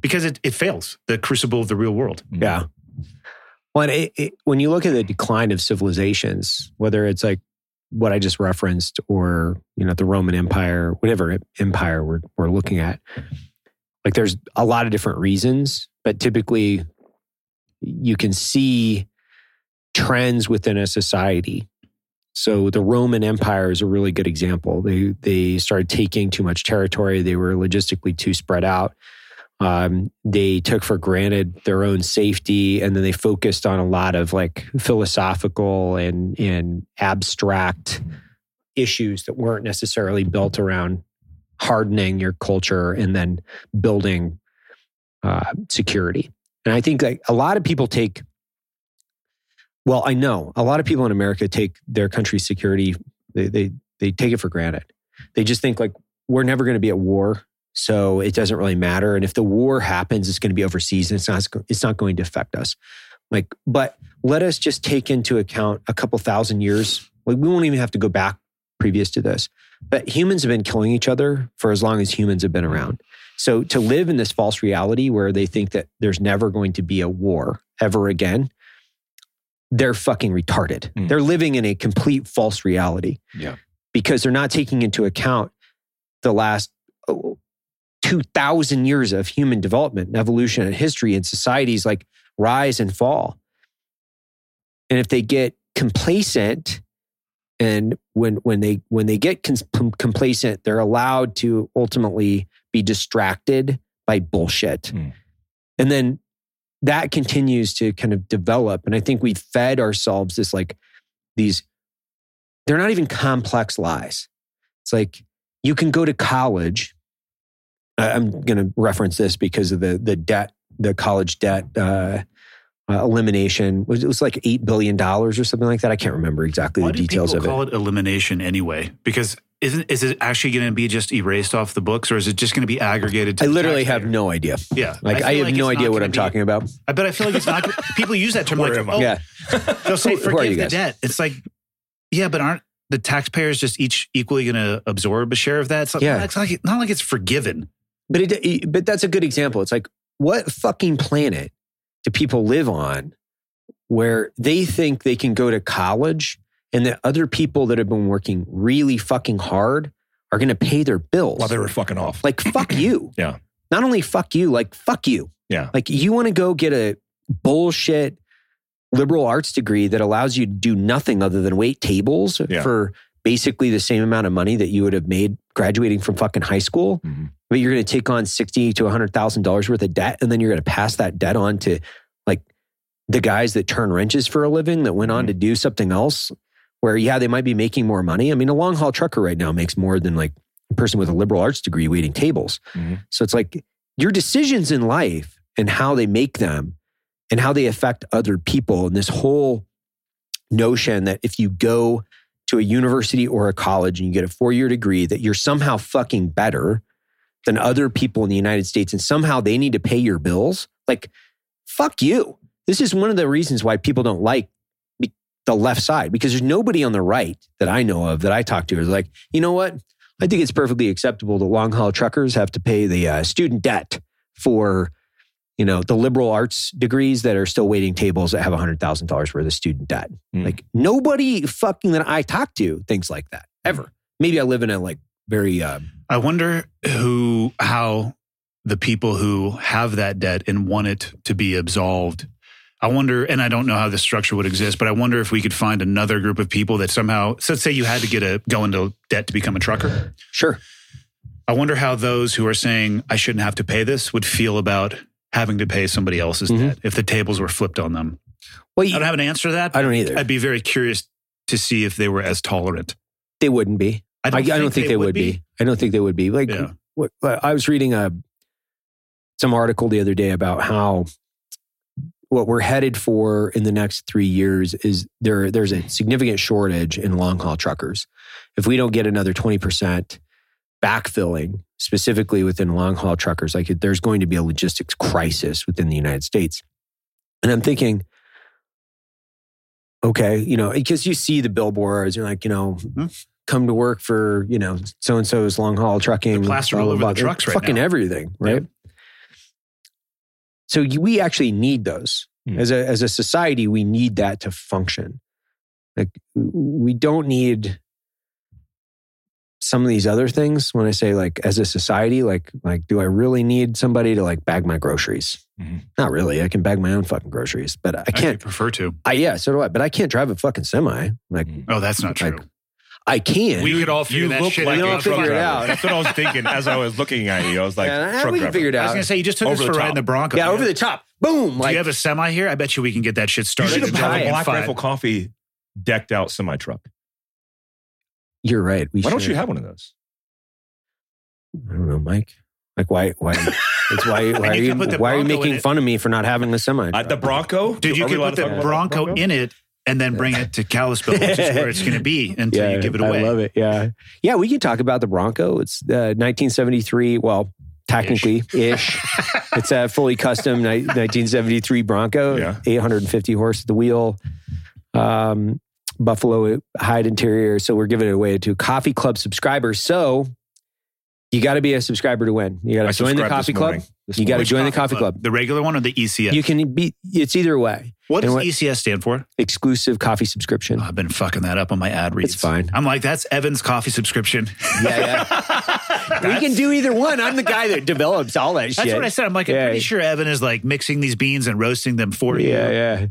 because it, it fails the crucible of the real world Mm. Mm-hmm. Yeah. Well, and it, it, when you look at the decline of civilizations, whether it's like what I just referenced or, you know, the Roman Empire, whatever empire we're, we're looking at, like there's a lot of different reasons, but typically you can see trends within a society. So the Roman Empire is a really good example. They they started taking too much territory. They were logistically too spread out. Um, they took for granted their own safety, and then they focused on a lot of like philosophical and and abstract issues that weren't necessarily built around hardening your culture and then building uh, security. And I think like a lot of people take. Well, I know a lot of people in America take their country's security. They they they take it for granted. They just think like we're never going to be at war so it doesn't really matter. And if the war happens, it's going to be overseas, and it's not it's not going to affect us. Like, but let us just take into account a couple thousand years. Like, we won't even have to go back previous to this. But humans have been killing each other for as long as humans have been around. So to live in this false reality where they think that there's never going to be a war ever again, they're fucking retarded. Mm. They're living in a complete false reality. Yeah. Because they're not taking into account the last oh, 2000 years of human development and evolution and history and societies like rise and fall and if they get complacent and when when they when they get cons- com- complacent they're allowed to ultimately be distracted by bullshit Hmm. Mm. and then that continues to kind of develop and i think we fed ourselves this like these they're not even complex lies it's like you can go to college I- I'm going to reference this because of the the debt, the college debt uh, uh, elimination. Was it was like eight billion dollars or something like that? I can't remember exactly Why the do details people of it. call it elimination anyway? Because isn't is it actually going to be just erased off the books, or is it just going to be aggregated? To I the literally have taxpayer? no idea. Yeah, Like feel I, have like no it's idea not what gonna I'm be- talking about. I bet I feel like it's not. people use that term Where like, am I? oh, yeah, they'll say Who- who are you forgive the guys? debt. It's like, yeah, but aren't the taxpayers just each equally going to absorb a share of that? It's like, Yeah. it's like not like it's forgiven. but it, it- but that's a good example. It's like what fucking planet do people live on where they think they can go to college and that other people that have been working really fucking hard are going to pay their bills? While they were fucking off. like fuck you. Yeah. Not only fuck you, like fuck you. Yeah. Like you want to go get a bullshit liberal arts degree that allows you to do nothing other than wait tables Yeah. for basically the same amount of money that you would have made graduating from fucking high school. Mhm. But you're going to take on sixty to hundred thousand dollars worth of debt, and then you're going to pass that debt on to like the guys that turn wrenches for a living that went on Mm-hmm. to do something else. Where yeah, they might be making more money. I mean, a long haul trucker right now makes more than like a person with a liberal arts degree waiting tables. Mhm. So it's like your decisions in life and how they make them and how they affect other people and this whole notion that if you go to a university or a college and you get a four-year degree that you're somehow fucking better than other people in the United States and somehow they need to pay your bills like fuck you this is one of the reasons why people don't like be- the left side because there's nobody on the right that I know of that I talk to is like you know what I think it's perfectly acceptable that long haul truckers have to pay the uh, student debt for, you know, the liberal arts degrees that are still waiting tables that have $100,000 worth of student debt. Mm. Like nobody fucking that I talk to thinks like that ever. Maybe I live in a like very, um, I wonder who, how the people who have that debt and want it to be absolved. I wonder, and I don't know how this structure would exist, but I wonder if we could find another group of people that somehow, so let's say you had to get a go into debt to become a trucker. sure. I wonder how those who are saying I shouldn't have to pay this would feel about having to pay somebody else's Mhm. debt if the tables were flipped on them. Well, I you, don't have an answer to that. I don't either. I'd be very curious to see if they were as tolerant. they wouldn't be. I, I don't think they, would be. I don't think they would be. Like, Yeah. what, what- I was reading a some article the other day about how what we're headed for in the next three years is there. There's a significant shortage in long haul truckers. If we don't get another twenty percent backfilling, specifically within long haul truckers, like there's going to be a logistics crisis within the United States. And I'm thinking, okay, you know, because you see the billboards, you're like, you know, Mm-hmm. come to work for you know so and so's long haul trucking. They're plastered all over the They're trucks right Fucking now. everything, right? So you, we actually need those Hmm. as a as a society. We need that to function. Like w- we don't need some of these other things. When I say like as a society, like like do I really need somebody to like bag my groceries? Mhm. Not really. I can bag my own fucking groceries, but I Mm-hmm. I can't. prefer to. I, yeah, so do I. But I can't drive a fucking semi. Like Mm. Oh, that's not true. Like, I can. Mm-hmm. we could all figure You that look shit like out. We'll a all truck figure it driver. out. That's what I was thinking as I was looking at you. I was like, yeah, truck we can driver. figure it I was out. gonna say you just took Over this the for a ride top. in the Bronco. Yeah, over the top. Boom. Do Like you have a semi here? I bet you we can get that shit You started. should have and drive bought it a in Black five. Rifle Coffee decked out semi truck. you're right. We Why don't should. you have one of those? I don't know, Mike. Like why why it's why why And are you you, can put the why are you Bronco in making it. fun of me for not having the semi? Uh, the Bronco? Dude, you Are we could allowed put to the talk about Bronco, in it and then bring it to Kalispell, which is where it's going to be until you give it away. I love it. Yeah. Yeah, we can talk about the Bronco. It's uh, 1973, well, technically ish. it's a fully custom ni- 1973 Bronco, Yeah. 850 horse at the wheel. Um Buffalo hide interior. So we're giving it away to coffee club subscribers. So you got to be a subscriber to win. You got I to join the subscribed this coffee club. morning. This You got to Which join the coffee club. The regular one or the ECS? You can be. It's either way. what does and what- ECS stand for? Exclusive coffee subscription. Oh, I've been fucking that up on my ad reads. It's fine. I'm like, that's Evan's coffee subscription. Yeah, yeah. we can do either one. I'm the guy that develops all that That's shit. what I said. I'm like, Yeah. I'm pretty sure Evan is like mixing these beans and roasting them for you. Yeah, yeah,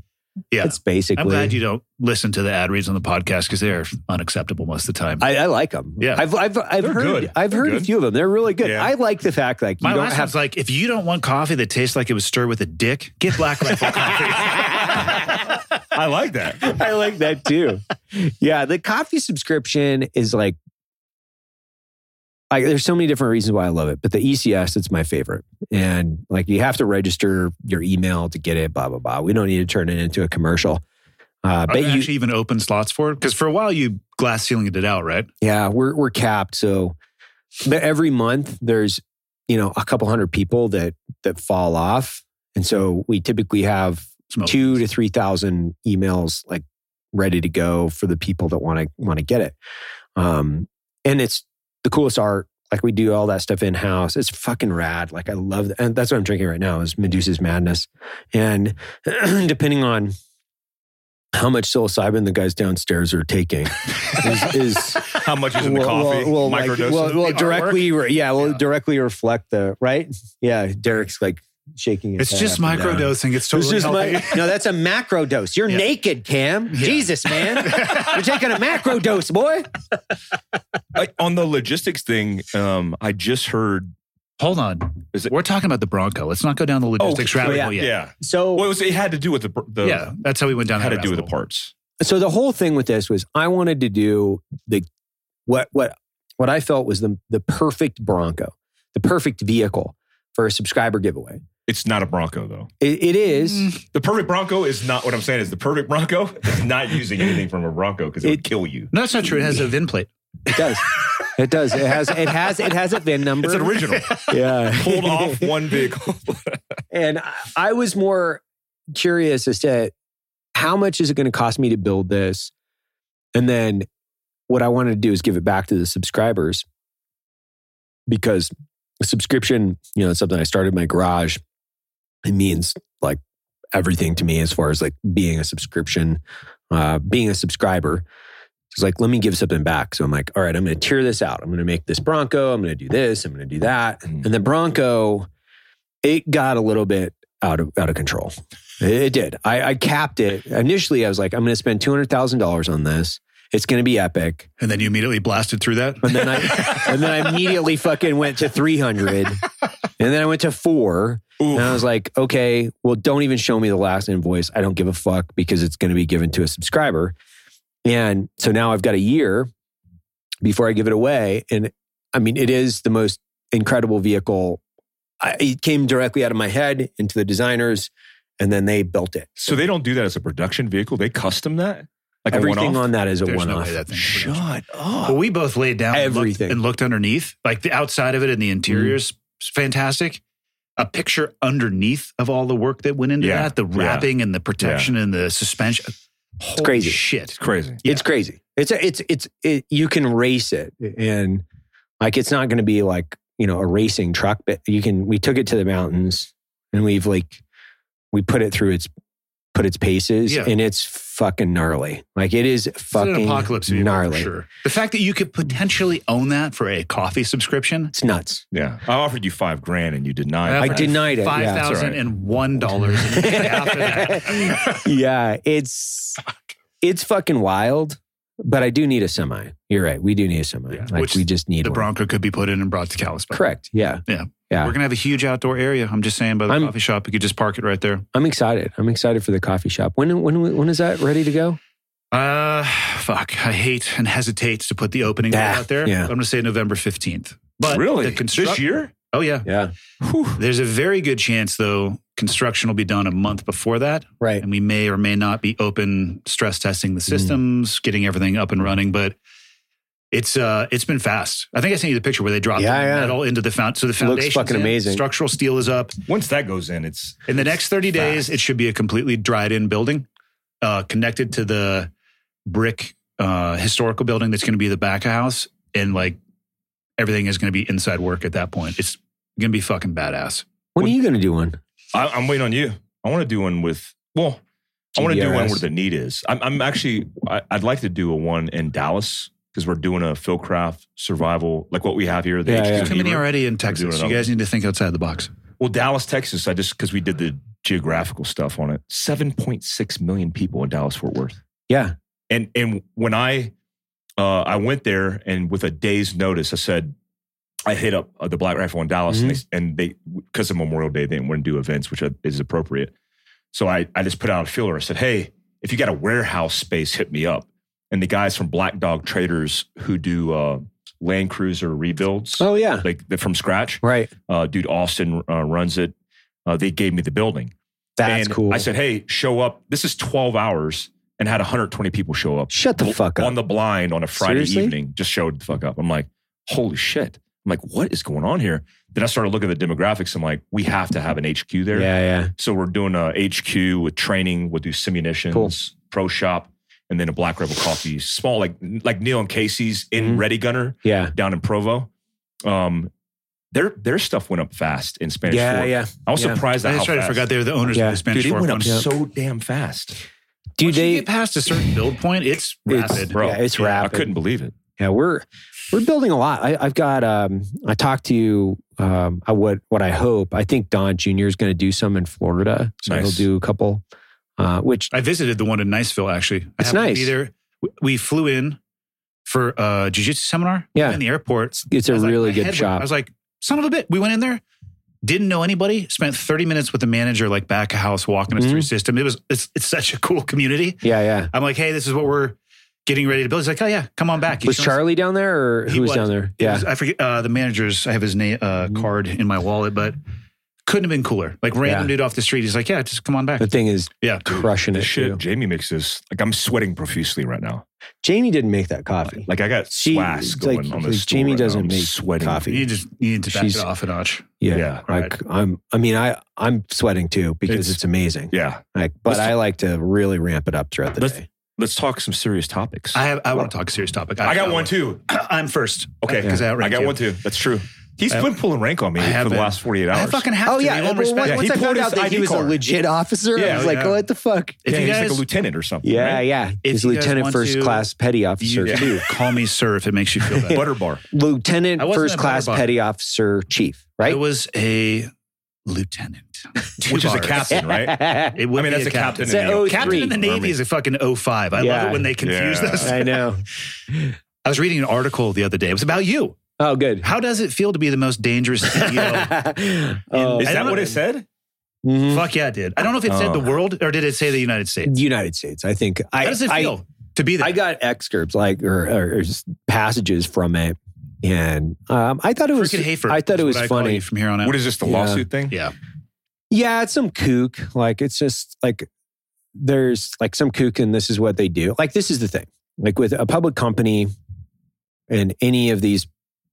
Yeah. That's basically. I'm glad you don't listen to the ad reads on the podcast because they're unacceptable most of the time. I, I like them. Yeah. I've I've I've They're heard good. I've They're heard a good. few of them. They're really good. Yeah. I like the fact like you my don't last have one's like, if you don't want coffee that tastes like it was stirred with a dick, get Black Rifle coffee. I like that. I like that too. Yeah, the coffee subscription is like, I, there's so many different reasons why I love it, but the ECS, it's my favorite. And like, you have to register your email to get it, blah, blah, blah. We don't need to turn it into a commercial. Uh, Are but there you, actually even open slots for it? Because for a while you glass ceilinged it out, right? yeah, we're we're capped. So, but every month there's you know a couple hundred people that that fall off, and so we typically have Smoke. two to three thousand emails like ready to go for the people that want to want to get it. Um, and it's the coolest art. Like we do all that stuff in house. It's fucking rad. Like I love that. And that's what I'm drinking right now is Medusa's Madness. And depending on how much psilocybin the guys downstairs are taking is, is How much is in the coffee? will, like, Microdosing. will- will The artwork? directly, re- yeah, will Yeah. directly reflect the right. Yeah, Derek's like shaking. His It's head just up and down. microdosing. It's It's totally just healthy. mi- no, that's a macro dose. You're Yeah. naked, Cam. Yeah. Jesus, man, you're taking a macro dose, boy. Like, on the logistics thing, um, I just heard. Hold on. Is it- We're talking about the Bronco. Let's not go down the logistics Oh, rabbit yeah, hole Yeah. yet. So, Well, it, was, it had to do with the. br- the yeah, that's how we went down. Had that to do with rabbit the parts. so the whole thing with this was I wanted to do the what what what I felt was the the perfect Bronco, the perfect vehicle for a subscriber giveaway. It's not a Bronco though. It, it is. Mm. The perfect Bronco is not what I'm saying. Is the perfect Bronco is not using anything from a Bronco because it, It- would kill you. No, that's not true. It has a VIN plate. It does. It does. It has. It has. It has a VIN number. It's an original Yeah. pulled off one vehicle. And I- I was more curious as to how much is it going to cost me to build this? And then what I wanted to do is give it back to the subscribers because a subscription, you know, it's something I started in my garage. It means like everything to me as far as like being a subscription, uh, being a subscriber. It's like, let me give something back. So I'm like, all right, I'm going to tear this out. I'm going to make this Bronco. I'm going to do this. I'm going to do that. Mm. And the Bronco, it got a little bit out of out of control. It, it did. I, I capped it initially. I was like, I'm going to spend two hundred thousand dollars on this. It's going to be epic. And then you immediately blasted through that. And then I and then I immediately fucking went to three hundred, and then I went to four. And I was like, okay, well, don't even show me the last invoice. I don't give a fuck because it's going to be given to a subscriber. And so now I've got a year before I give it away. And I mean, it is the most incredible vehicle. I, it came directly out of my head into the designers, and then they built it. So they don't do that as a production vehicle. They custom that like Everything a oh. on that is a There's one no off. way that thing. Shut up. Well, we both laid down and looked- Everything. and looked, underneath. Like the outside of it and the interiors, fantastic. A picture underneath of all the work that went into Yeah. that, the Yeah. wrapping and the protection and the suspension. Holy crazy. shit. It's crazy. It's crazy. It's a, it's it's it, you can race it, and like it's not going to be like you know a racing truck, but you can. We took it to the mountains, and we've like we put it through its put its paces, Yeah. and it's fucking gnarly. Like it is It's fucking an apocalypse vehicle, gnarly. for sure. The fact that you could potentially own that for a coffee subscription, It's nuts. Yeah. I offered you five grand and you denied. I it. I denied it. five yeah. thousand and one dollars after that. yeah, it's it's fucking wild. But I do need a semi. You're right. We do need a semi. Yeah. Like Which we just need the one. Bronco could be put in and brought to Kalispell. Correct. Yeah. We're gonna have a huge outdoor area. I'm just saying by the I'm- coffee shop, you could just park it right there. I'm excited. I'm excited for the coffee shop. When when when is that ready to go? Uh, fuck. I hate and hesitate to put the opening date Ah, out there. yeah. I'm going to say November 15th. But really The construct- this year. Oh, yeah. Yeah. There's a very good chance, though, construction will be done a month before that. Right. And we may or may not be open stress testing Mm. the systems, getting everything up and running. But it's uh it's been fast. I think I sent you the picture where they dropped Yeah, the yeah. metal into the fountain. So the foundation fucking amazing. Structural steel is up. Once that goes in, it's In the next 30 days, it should be a completely dried in building uh, connected to the brick uh, historical building that's going to be the back of house. And like everything is going to be inside work at that point. It's going to be fucking badass. When are you going to do one? I, I'm waiting on you. I want to do one with well, I want to do one GDRS. where the need is. I'm, I'm actually I, I'd like to do a one in Dallas because we're doing a Philcraft survival like what we have here. The Yeah, HQ yeah. Too many Heber. already in doing Texas. You another guys need to think outside the box. Well, Dallas, Texas. I just because we did the geographical stuff on it. Seven point six million people in Dallas Fort Worth. Yeah. And and when I uh, I went there and with a day's notice, I said I hit up uh, the Black Rifle in Dallas Mm-hmm. and they and they because of Memorial Day they didn't want to do events, which is appropriate. So I I just put out a filler. I said, hey, if you got a warehouse space, hit me up. And the guys from Black Dog Traders who do uh, Land Cruiser rebuilds, Oh yeah. like they're from scratch. Right. Uh, dude Austin uh, runs it. Uh, they gave me the building. That's And cool. I said, hey, show up. This is 12 hours. and had 120 people show up Shut the Bl- fuck up. on the blind on a Friday Seriously? evening. Just showed the fuck up. I'm like, holy shit. I'm like, what is going on here? Then I started looking at the demographics. I'm like, we have to have an HQ there. yeah, yeah. So we're doing a HQ with training. We'll do simunitions, Cool. pro shop, and then a Black Rebel Coffee, small like like Neil and Casey's in Mhm. Ready Gunner Yeah. down in Provo. Um, their their stuff went up fast in Spanish Yeah, Fork. yeah. I was Yeah. surprised at I how just tried to fast. forgot they were the owners Yeah. of the Dude, Spanish it Fork went one. up Yeah. so damn fast. Do Once you they get past a certain build point, it's It's- rapid. Bro, yeah, it's I rapid. couldn't believe it. Yeah, we're we're building a lot. I, I've got. Um, I talked to you. Um, I, what what I hope. I think Don Jr. is going to do some in Florida, so Nice. he'll do a couple. Uh, which I visited the one in Niceville actually. I It's happened to nice. Be there. We- We flew in for a jiu-jitsu seminar Yeah. in the airport. it's a I was like, really my head good went- shop. I was like, son of a bit. We went in there, didn't know anybody, spent 30 minutes with the manager, like back of house, walking us Mhm. through system. It was it's, it's such a cool community. yeah, yeah. I'm like, hey, this is what we're getting ready to build. He's like, oh yeah, come on back. He's Was showing us- Charlie down there, or He who was, was. down there? It Yeah, Mm-hmm. was- I forget uh, the manager's. I have his name uh, card in my wallet, but couldn't have been cooler. Like random Yeah. dude off the street. He's like, yeah, just come on back. the thing is yeah. crushing The it. shit Too. Jamie mixes, like I'm sweating profusely right now. Jamie didn't make that coffee. Like I got She- swass like, going on this. like, Jamie doesn't i make sweating. coffee. You just you need to back She's- it off a notch. yeah, yeah, like I'm. I mean, I I'm sweating too because It's- it's, amazing. Yeah. Like, but Let's- I like to really ramp it up throughout the Let's- day. Let's talk some serious topics. I have. I want to talk a serious topic. I got I've one too. I'm first. Okay. because I, I outrank got you. one too. That's true. He's I- been pulling rank on me I for have the been. last 48 I hours. fucking have Oh to. yeah, They won't well, respect once, it. he once I pulled found his out that he ID was card. a legit officer, Yeah, I was like, yeah. oh, what the fuck? If yeah, you he's guys, like a lieutenant or something. Yeah, right? yeah. He's you guys lieutenant want first to- class petty officer, you do call me sir if it makes you feel better. Butter bar. lieutenant I wasn't first a class barbuck. petty officer chief, right? I was a lieutenant, Which is a captain. captain, right? It would I mean, be that's a captain It's an in the O3. Captain in the Army. Navy is a fucking 05. I love Yeah. it when they confuse Yeah. us. I know. I was reading an article the other day. It was about you. Oh, good. How does it feel to be the most dangerous E CEO? Oh, I Is don't that know. what it said? mhm. Fuck yeah, it did. I don't know if it said Oh. the world or did it say the United States? United States, I think. I, How does it I- feel to be there? I got excerpts like or, or, or just passages from it, and um, I thought it was. Freaking Hafer. I thought it is was what I call funny. you from here on out. What is this, the Yeah. lawsuit thing? yeah. Yeah, it's some kook. Like it's just like there's like some kook, and this is what they do. Like this is the thing. Like with a public company, and any of these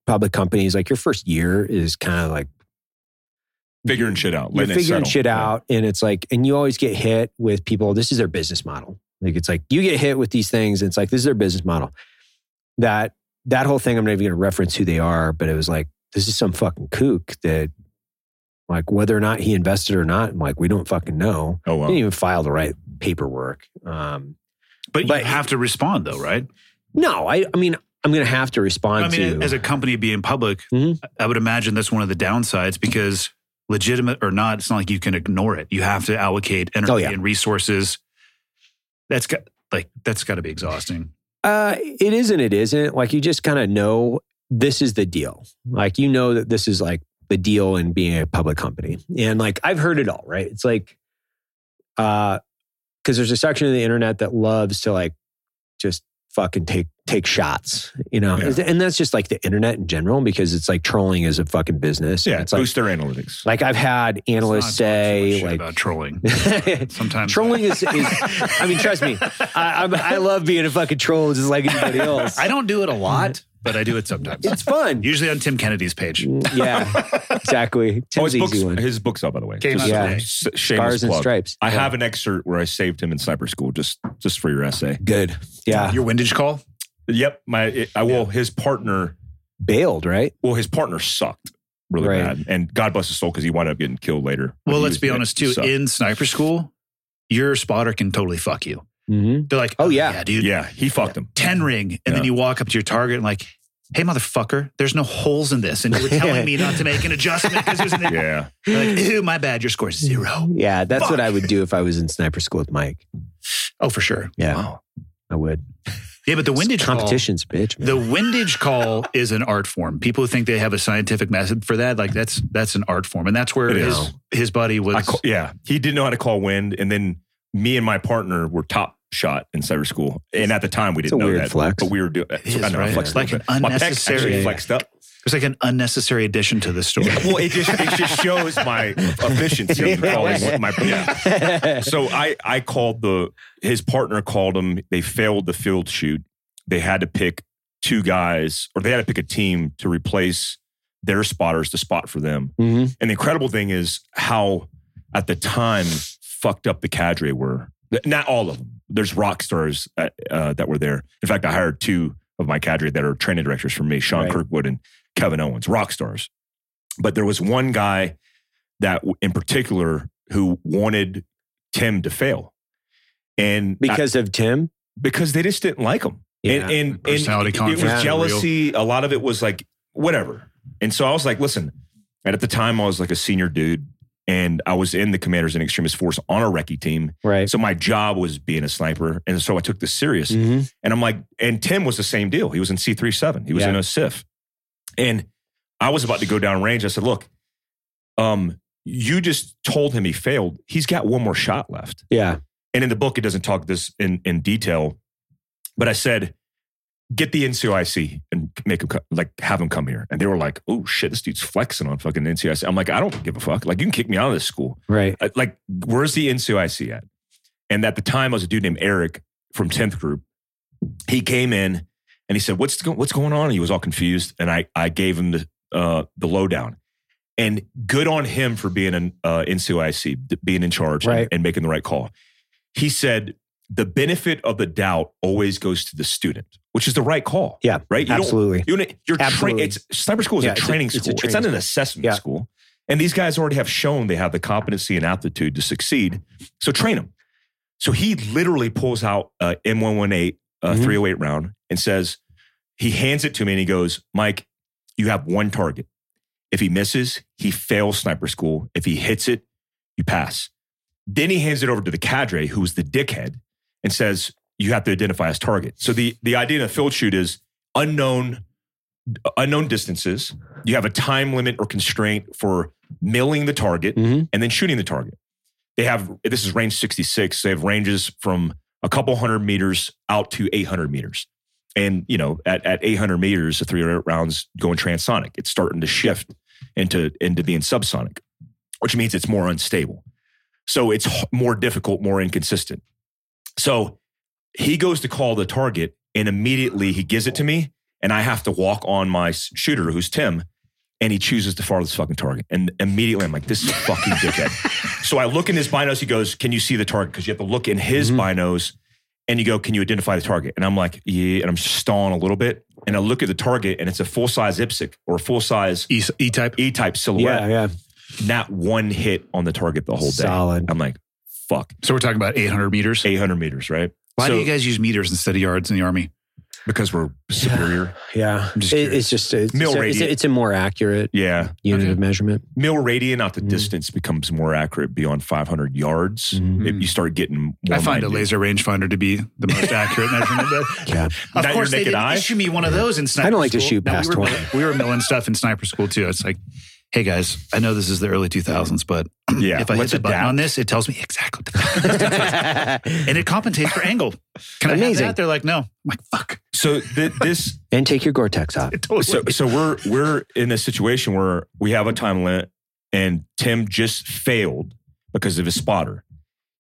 public companies, like your first year is kind of like Figuring shit out. you're letting it figuring settle. shit out, and it's like, and you always get hit with people. This is their business model. Like it's like you get hit with these things, and it's like this is their business model. That that whole thing, I'm not even going to reference who they are, but it was like this is some fucking kook that, like whether or not he invested or not, I'm like we don't fucking know. Oh, Didn't well. even file the right paperwork. Um, But, But- you have to respond though, right? no, I, I mean, I'm going to have to respond I mean, to. as a company being public, Mhm. I would imagine that's one of the downsides because legitimate or not, it's not like you can ignore it. You have to allocate energy Oh, yeah. and resources. That's got like that's got to be exhausting. uh, it is and it isn't. Like you just kind of know this is the deal. Like you know that this is like the deal in being a public company. And like I've heard it all. Right? It's like, uh, because there's a section of the internet that loves to like just fucking take take shots. You know, Yeah. and that's just like the internet in general because it's like trolling is a fucking business. Yeah, it's like. boost their analytics. Like I've had analysts It's not so say, much shit like about trolling. Sometimes Trolling is, is I mean, trust me, I, I'm, I love being a fucking troll just like anybody else. I don't do it a lot, but I do it sometimes. It's fun. Mm, Usually on Tim Kennedy's page. yeah, exactly. Oh, Tim's his easy book's, one. his book's out, by the way. Came Just out Yeah. today. s- shameless Scars and plug. stripes. I Yeah. have an excerpt where I saved him in sniper school just just for your essay. good. Yeah, Your windage call? Yep, my I will. His partner, bailed right. well, his partner sucked really Right. bad, and God bless his soul because he wound up getting killed later. But Well, he let's was- be honest too. sucked. In sniper school, your spotter can totally fuck you. Mm-hmm. They're like, Oh, yeah. dude, yeah, he fucked him. 10 ring. And then Yeah. you walk up to your target and like, hey, motherfucker, there's no holes in this. And you were telling me not to make an adjustment because there's an Yeah, They're like, ew, my bad, your score's zero. Yeah, that's what Fuck. I would do if I was in sniper school with Mike. Oh, for sure. Yeah, wow. I would. Yeah, but the windage It's call. competitions, bitch. man. The windage call is an art form. People who think they have a scientific method for that, like that's that's an art form, and that's where It his is. his buddy was. I call, yeah, he didn't know how to call wind, and then me and my partner were top shot in cyber school, and at the time we It's didn't a know weird that, flex. but we were doing. It is, I know, I right? flexed a Like little an bit. My pecs unnecessary- actually Yeah. flexed up. It's like an unnecessary addition to the story. Well, it just it just shows my efficiency. of calling my, yeah. so I I called the his partner called him. They failed the field shoot. They had to pick two guys, or they had to pick a team to replace their spotters to spot for them. hmm And the incredible thing is how at the time fucked up the cadre were. Th- Not all of them. There's rock stars uh, uh, that were there. In fact, I hired two of my cadre that are training directors for me, Sean Right. Kirkwood and Kevin Owens, rock stars. But there was one guy that w- in particular who wanted Tim to fail. And Because of Tim. because they just didn't like him. And, and, and Personality it conflict. was jealousy. A lot of it was like whatever. And so I was like, listen. And at the time, I was like a senior dude, and I was in the Commanders and Extremist Force on a recce team. right. So my job was being a sniper, and so I took this serious. Mhm. And I'm like, and Tim was the same deal. He was in C37. He was Yeah. in a SIF. And I was about to go down range. I said, look, um, you just told him he failed. He's got one more shot left Yeah. and in the book it doesn't talk this in, in detail but i said get the ncic and make him co- like have him come here and they were like oh shit this dude's flexing on fucking ncic i'm like i don't give a fuck like you can kick me out of this school Right. I- like where's the ncic at and at the time i was a dude named eric from 10th group he came in and he said what's, go- what's going on and he was all confused and i, I gave him the, uh, the lowdown and good on him for being an uh, ncic d- being in charge and- Right. and making the right call he said the benefit of the doubt always goes to the student, which is the right call. Yeah, Right. You Absolutely. Don't, you don't, you're tra- Absolutely. it's sniper school is Yeah, a it's a- training it's a school. It's, training not an assessment Yeah. school. And these guys already have shown they have the competency and aptitude to succeed. So train them. So he literally pulls out a M118 uh, Mhm. 308 round and says, he hands it to me and he goes, Mike, you have one target. If he misses, he fails sniper school. If he hits it, you pass. Then he hands it over to the cadre, who is the dickhead, and says, you have to identify his target. So the, the idea in a field shoot is unknown, unknown distances. You have a time limit or constraint for milling the target hmm and then shooting the target. They have this is range 66. They have ranges from a couple hundred meters out to 800 meters. And you know, at, at 800 meters, the 300 rounds going transonic. It's starting to shift into into being subsonic, which means it's more unstable. So it's h- more difficult, more inconsistent. So he goes to call the target, and immediately he gives it to me, and I have to walk on my s- shooter, who's Tim, and he chooses the farthest fucking target. And immediately I'm like, this is fucking dickhead. so I look in his binos. He goes, can you see the target? Because you have to look in his Mhm. Mm-hmm. binos, and you go, can you identify the target? And I'm like, yeah. And I'm stalling a little bit, and I look at the target, and it's a full size Ipsic or a full size E, e type. E type silhouette. Yeah. Yeah. Not one hit on the target the whole day. Solid. I'm like, fuck, So we're talking about 800 meters. 800 meters, right? Why So- do you guys use meters instead of yards in the army? Because we're superior. Yeah. I'm just It- curious. it's just it's, it's, a, Mill it's, a, radius. it's a more accurate Yeah. unit Okay. of measurement. Mill radian out the Mm. distance becomes more accurate beyond 500 yards. Mhm. It- you start getting more. Mm-hmm. I find a minute. laser rangefinder to be the most accurate measurement. But Yeah. of Not your course, they naked didn't eye? issue me one of those in sniper I don't like to school. shoot Now, past we were, 20. milling- we were milling stuff in sniper school too. It's like, hey guys, I know this is the early 2000s, but Yeah. if I hit Let's the button adapt. on this, it tells me exactly. what the- and it compensates for angle. Can I have Amazing. that? They're like, no. I'm like, fuck. So th- this, and take your Gore-Tex off. It totally. so so we're we're in a situation where we have a time limit, and Tim just failed because of his spotter.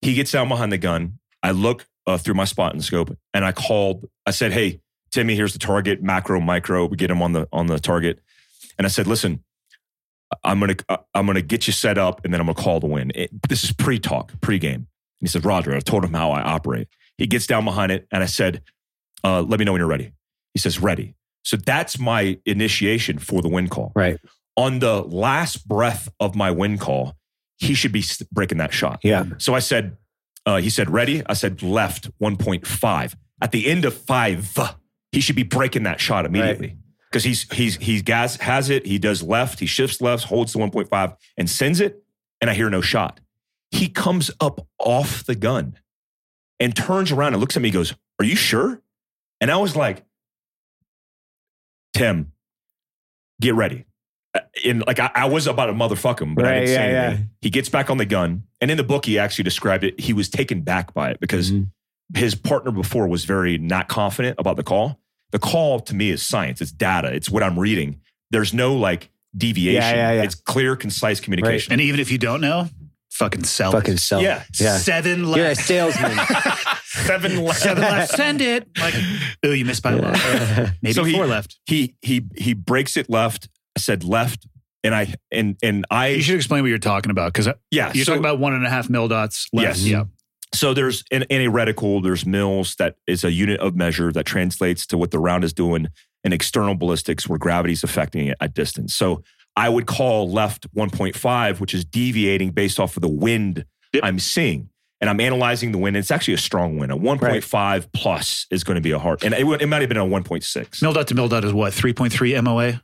He gets down behind the gun. I look uh, through my spot and scope, and I called. I said, "Hey, Timmy, here's the target, macro, micro. We get him on the on the target." And I said, "Listen, I'm gonna uh, I'm gonna get you set up, and then I'm gonna call the win. It- this is pre-talk, pre-game." And he said, "Roger." I told him how I operate. He gets down behind it, and I said, uh, "Let me know when you're ready." He says, "Ready." So that's my initiation for the win call. Right. On the last breath of my win call, he should be s- breaking that shot. Yeah. So I said, uh, he said, ready? I said, left 1.5. At the end of five, he should be breaking that shot immediately. Because he's he's he's gas has it, he does left, he shifts left, holds the 1.5 and sends it, and I hear no shot. He comes up off the gun and turns around and looks at me and goes, Are you sure? And I was like, Tim, get ready. Uh, And like I, I was about to motherfuck him, but I Right, didn't say yeah, yeah. anything. He gets back on the gun. And in the book, he actually described it. He was taken back by it because Mhm. his partner before was very not confident about the call. The call to me is science, it's data, it's what I'm reading. There's no like deviation. yeah, yeah. It's clear, concise communication. And even if you don't know, fucking sell Fucking it. sell. Yeah. Yeah. Seven You're a left. salesman. Seven Seven left. Send it. Like, oh, you missed by a lot. Maybe So he- four left. he he he breaks it left. I said left, and I and and I You should explain what you're talking about because yeah. you're Uh, so, talking about one and a half mil dots left. Yes. Yeah. so there's in, in a reticle there's mils that is a unit of measure that translates to what the round is doing in external ballistics where gravity's affecting it at distance. So I would call left 1.5, which is deviating based off of the wind Yep. I'm seeing. And I'm analyzing the wind. It's actually a strong wind. A 1.5 plus is going to be a hard. And it, would- it might have been a 1.6. Mil dot to mil dot is what? 3.3 MOA?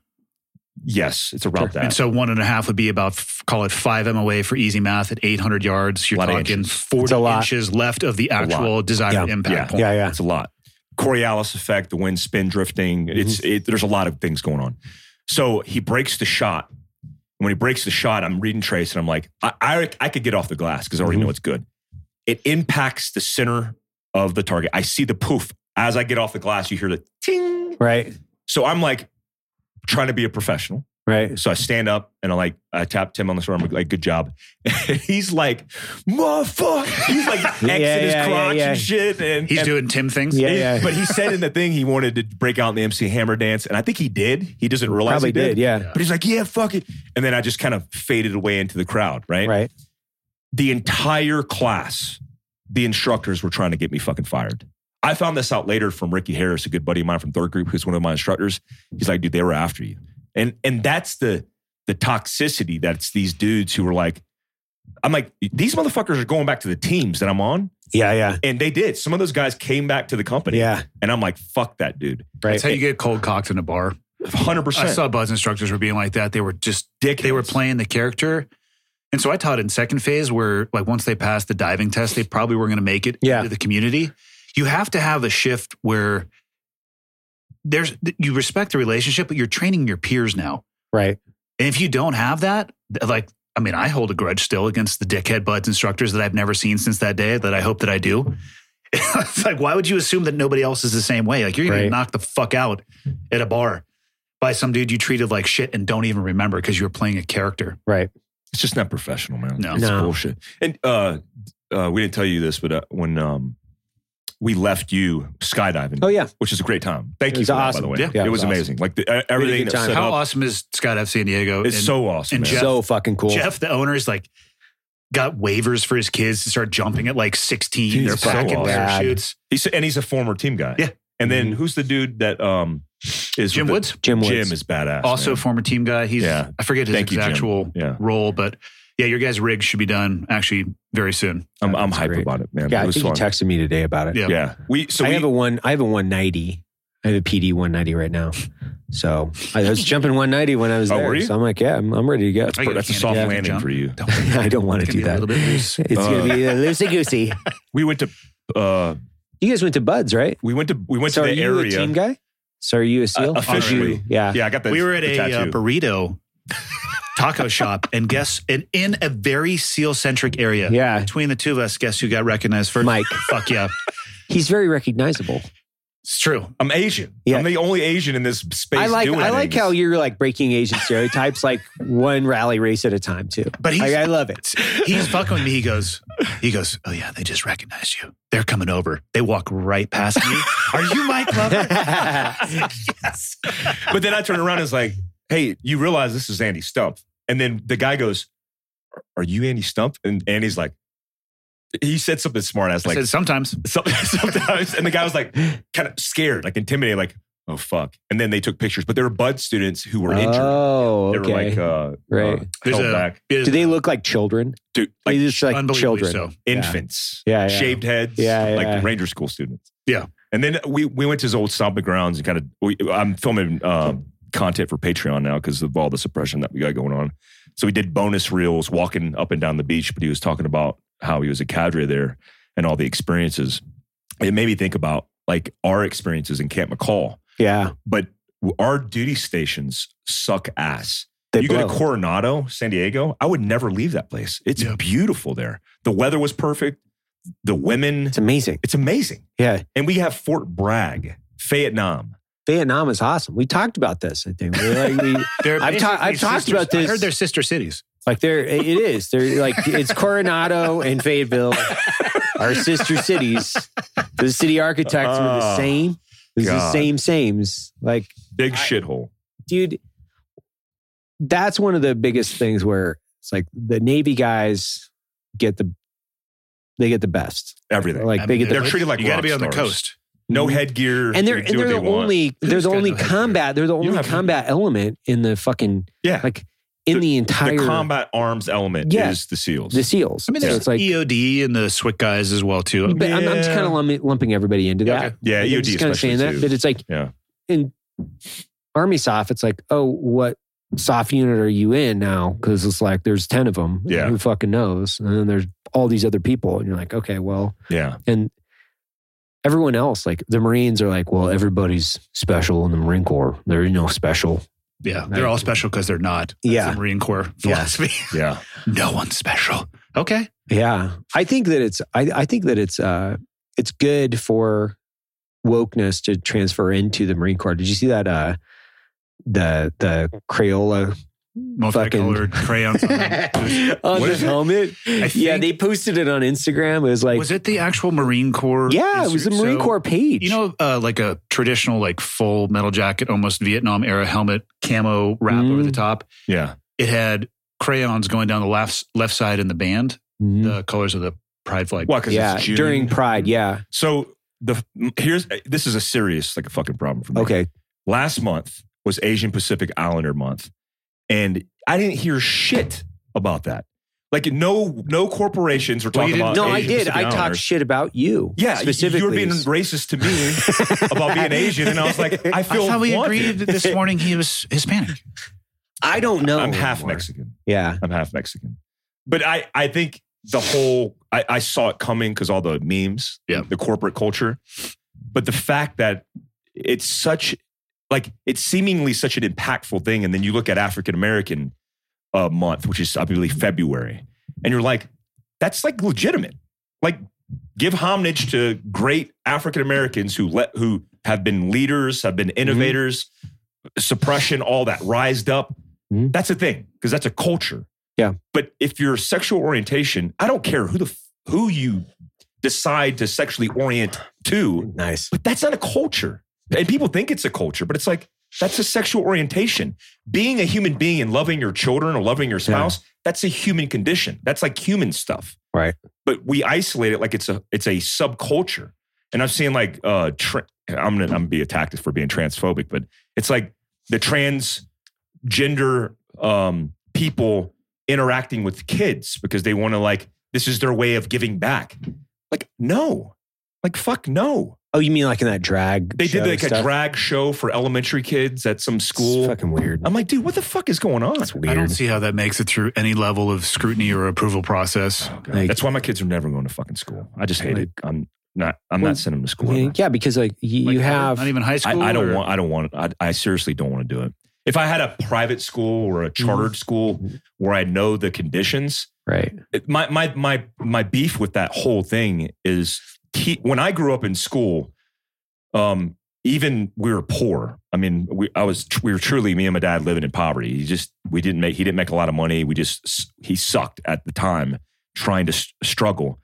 Yes, it's around And that. so one and a half would be about, f- call it five MOA for easy math at 800 yards. You're Lot of talking inches. 40 a lot. inches left of the lot. actual desired Yeah. impact Yeah. point. yeah, yeah. It's a lot. Coriolis effect, the wind spin drifting. It's Mm-hmm. it, there's a lot of things going on. So he breaks the shot. When he breaks the shot, I'm reading Trace and I'm like, I I, I could get off the glass because I Mm-hmm. already know it's good. It impacts the center of the target. I see the poof as I get off the glass. You hear the ting. Right. So I'm like trying to be a professional. Right. So I stand up and I like I tap Tim on the shoulder. I'm like, good job. he's like, motherfucker. He's like, Yeah, Xing his yeah, yeah, crotch yeah. and shit. And He's and- doing Tim things. Yeah, he- yeah. But he said in the thing he wanted to break out in the MC Hammer dance, and I think he did. He doesn't realize Probably he did. did. Yeah. But he's like, "Yeah, fuck it," and then I just kind of faded away into the crowd. Right. Right. The entire class, the instructors were trying to get me fucking fired. I found this out later from Ricky Harris, a good buddy of mine from third group, who's one of my instructors. He's like, "Dude, they were after you," and and that's the the toxicity that's these dudes who were like, "I'm like these motherfuckers are going back to the teams that I'm on," Yeah. Yeah. and they did. Some of those guys came back to the company. Yeah. And I'm like, fuck that dude. That's Right. how you get cold cocked in a bar. 100%. I saw buzz instructors were being like that. They were just dick. they were playing the character. And so I taught in second phase where like once they passed the diving test, they probably were going to make it Yeah. into the community. You have to have a shift where there's you respect the relationship, but you're training your peers now. Right. And if you don't have that, th- like I mean, I hold a grudge still against the dickhead buds instructors that I've never seen since that day that I hope that I do. it's like, why would you assume that nobody else is the same way? Like you're gonna Right. knock the fuck out at a bar by some dude you treated like shit and don't even remember because you were playing a character. Right. It's just not professional, man. No. It's No. bullshit. And uh, uh, we didn't tell you this, but uh, when um, we left you skydiving, Oh yeah. which is a great time. Thank It you was for that, awesome. by the way. Yeah. Yeah, it it was was amazing. Like the, uh, everything good that was time. set How up. awesome is Skydive San Diego? It's And so awesome. and man. Jeff- So fucking cool. Jeff, the owner, is like got waivers for his kids to start jumping at like 16. Dude, They're it's so back in awesome. parachutes. he's, and he's a former team guy. Yeah. Mm-hmm. And then who's the dude that um, is Jim with the- Woods, Jim Woods. Jim is badass. also man. former team guy. He's Yeah. I forget his Thank you, Jim. actual Yeah. role, but yeah, your guys' rig should be done actually very soon. I'm, I'm That's hyped great. about it, man. yeah. it I was think you fun. texted me today about it. Yeah. yeah. We, so I we, have a one. I have a one ninety. I have a PD one ninety right now. So I was jumping one ninety when I was Oh, there. were you? So I'm like, yeah, I'm, I'm ready to go. I get that's a can of soft jam. landing Jump. for you. Don't- I don't want it's to gonna do be a that. little bit loose. It's Uh, gonna be loosey goosey. We went to uh, You guys went to Buds, right? we went to we went so to are the you area. uh, a team guy? So are you a seal? officially. You- yeah. Yeah, I got that. we were at the a uh, tattoo. burrito taco shop, and guess and in a very seal centric area. Yeah. Between the two of us, guess who got recognized first? Mike. Fuck yeah, He's very recognizable. it's true. I'm Asian. Yeah. I'm the only Asian in this space. I like doing I like things. how you're like breaking Asian stereotypes like one rally race at a time too. But he's Like, I love it. he's fucking with me. He goes, he goes, oh yeah, they just recognized you. They're coming over. They walk right past me. Are you Mike Lover? yes. But then I turn around and it's like, hey, you realize this is Andy Stump. And then the guy goes, "Are- Are you Andy Stump? And Andy's like, he said something smart ass, I like said sometimes. some- sometimes. And the guy was like kind of scared, like intimidated, like, oh fuck. And then they took pictures. But there were Bud students who were injured. Oh, They okay. were like uh, Right. uh, There's held a- back. Do they look like children? Dude, They like just like Unbelievably children. so. infants. Yeah, yeah. shaved heads, Yeah, like yeah. Ranger School students. Yeah. and then we we went to his old stomping grounds and kind of. We, I'm filming um, content for Patreon now because of all the suppression that we got going on. So we did bonus reels walking up and down the beach, but he was talking about how he was a cadre there and all the experiences. It made me think about like our experiences in Camp McCall, Yeah. but our duty stations suck ass They you go to blow. Coronado, San Diego, I would never leave that place. It's Yeah. beautiful there. The weather was perfect. The women, It's amazing. it's amazing. Yeah. And we have Fort Bragg, Vietnam, Vietnam is awesome. We talked about this. I think We're like, we, They're I've ta- I've basically talked sisters- about this. I heard they're sister cities. like there it is. They're like it's Coronado and Fayetteville, our sister cities. The city architects are the Oh, same. It's the God. same sames. Like Big shithole. dude, that's one of the biggest things where it's like the Navy guys get the they get the best. Everything. Like I they mean, get the They're treated like you got to rock be on the stars. coast. No headgear. and they're and do what they're they the want. only they're Who's the got only no headgear? combat they're the You only have- combat element in the fucking Yeah. like in the, entire the combat arms element Yeah. is the SEALs. the seals. I mean, so there's it's like Mm-hmm. EOD and the Swick guys as well too. but I'm, I'm just E Yeah. kind of lumping, lumping everybody into Yeah, that. okay. yeah, Like, EOD I'm just kind of especially saying that, too. but it's like Yeah. in Army soft, it's like, oh, what soft unit are you in now? Because it's like there's ten of them. Yeah. who fucking knows? And then there's all these other people, and you're like, okay, well, yeah, and everyone else, like the Marines, are like, well, everybody's special in the Marine Corps. There is no special. yeah, they're all special because they're not. That's Yeah. the Marine Corps Yeah. philosophy. yeah. no one's special. Okay, Yeah, I think that it's I, I think that it's uh it's good for wokeness to transfer into the Marine Corps. Did you see that uh the the Crayola multicolored crayons. on them. on What the is it? helmet? yeah, think- they posted it on Instagram. It was like was it the actual Marine Corps? yeah, it was the Marine So- Corps page. You know, uh, like a traditional, like full metal jacket, almost Vietnam era helmet, camo wrap Mm. over the top. Yeah. It had crayons going down the left left side in the band, Mhm. the colors of the pride flag. Why? Because yeah, it's June. during Pride. Yeah, So the here's this is a serious like a fucking problem for me. okay. Last month was Asian Pacific Islander month, and I didn't hear shit about that. Like no no corporations were Well, you talking didn't- about. No, I uh, Asian did. Pacific I talked Islanders. shit about you. Yeah, y- specifically. you were being racist to me about being Asian, and I was like, I I feel. thought we wanted. agreed that this morning he was Hispanic. I don't know. I'm half anymore. Mexican. Yeah. I'm half Mexican. But I, I think the whole, I, I saw it coming because all the memes, Yeah. the corporate culture. But the fact that it's such, like, it's seemingly such an impactful thing. And then you look at African American uh, month, which is, I believe, February, and you're like, that's like legitimate. Like, give homage to great African Americans who let, who have been leaders, have been innovators, suppression, all that, rised up. Mhm. That's a thing because that's a culture. Yeah. But if your sexual orientation, I don't care who the f- who you decide to sexually orient to, Nice. but that's not a culture. And people think it's a culture, but it's like that's a sexual orientation. Being a human being and loving your children or loving your spouse, that's a human condition. That's like human stuff. Right. But we isolate it like it's a it's a subculture. And I've seen like uh tra- I'm gonna I'm gonna be attacked for being transphobic, but it's like the transgender um people interacting with kids because they want to like this is their way of giving back. Like, no. Like fuck no. Oh, you mean like in that drag? They show did like stuff? a drag show for elementary kids at some It's school. fucking weird. I'm like, dude, what the fuck is going on? That's I don't weird. see how that makes it through any level of scrutiny or approval process. Like- Oh, That's why my kids are never going to fucking school. I just hate it. I'm not. I'm Well, not sending them to I school. mean, yeah, because like you, Like, you have not even high I, school. I don't or- want. I don't want. I, I seriously don't want to do it. If I had a private school or a Mm. chartered school where I know the conditions, right. it- my my my my beef with that whole thing is he, when I grew up in school, um, even we were poor. I mean, we I was we were truly me and my dad living in poverty. He just we didn't make he didn't make a lot of money. We just he sucked at the time trying to s- struggle.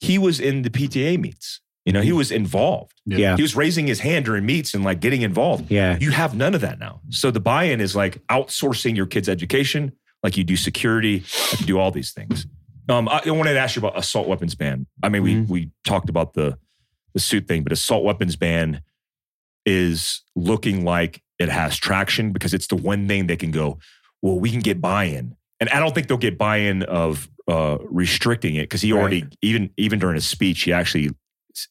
He was in the PTA meets. You know, he was involved. Yeah. He was raising his hand during meets and like getting involved. Yeah. You have none of that now. So the buy-in is like outsourcing your kids' education, like you do security, like you do all these things. Um, I I wanted to ask you about assault weapons ban. I mean, Mhm. we we talked about the the suit thing, but assault weapons ban is looking like it has traction because it's the one thing they can go. Well, we can get buy-in, and I don't think they'll get buy-in of uh, restricting it because he already even even during his speech he actually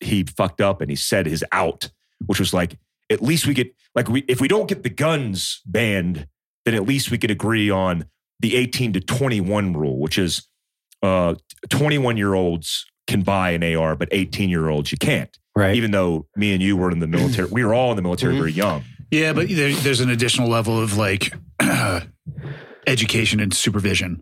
he fucked up and he said his out, which was like at least we get like we if we don't get the guns banned, then at least we could agree on the 18 to 21 rule, which is uh 21 year olds can buy an AR, but 18 year olds you can't. Right. Even though me and you were in the military, we were all in the military very young. Yeah, but there, there's an additional level of like education and supervision.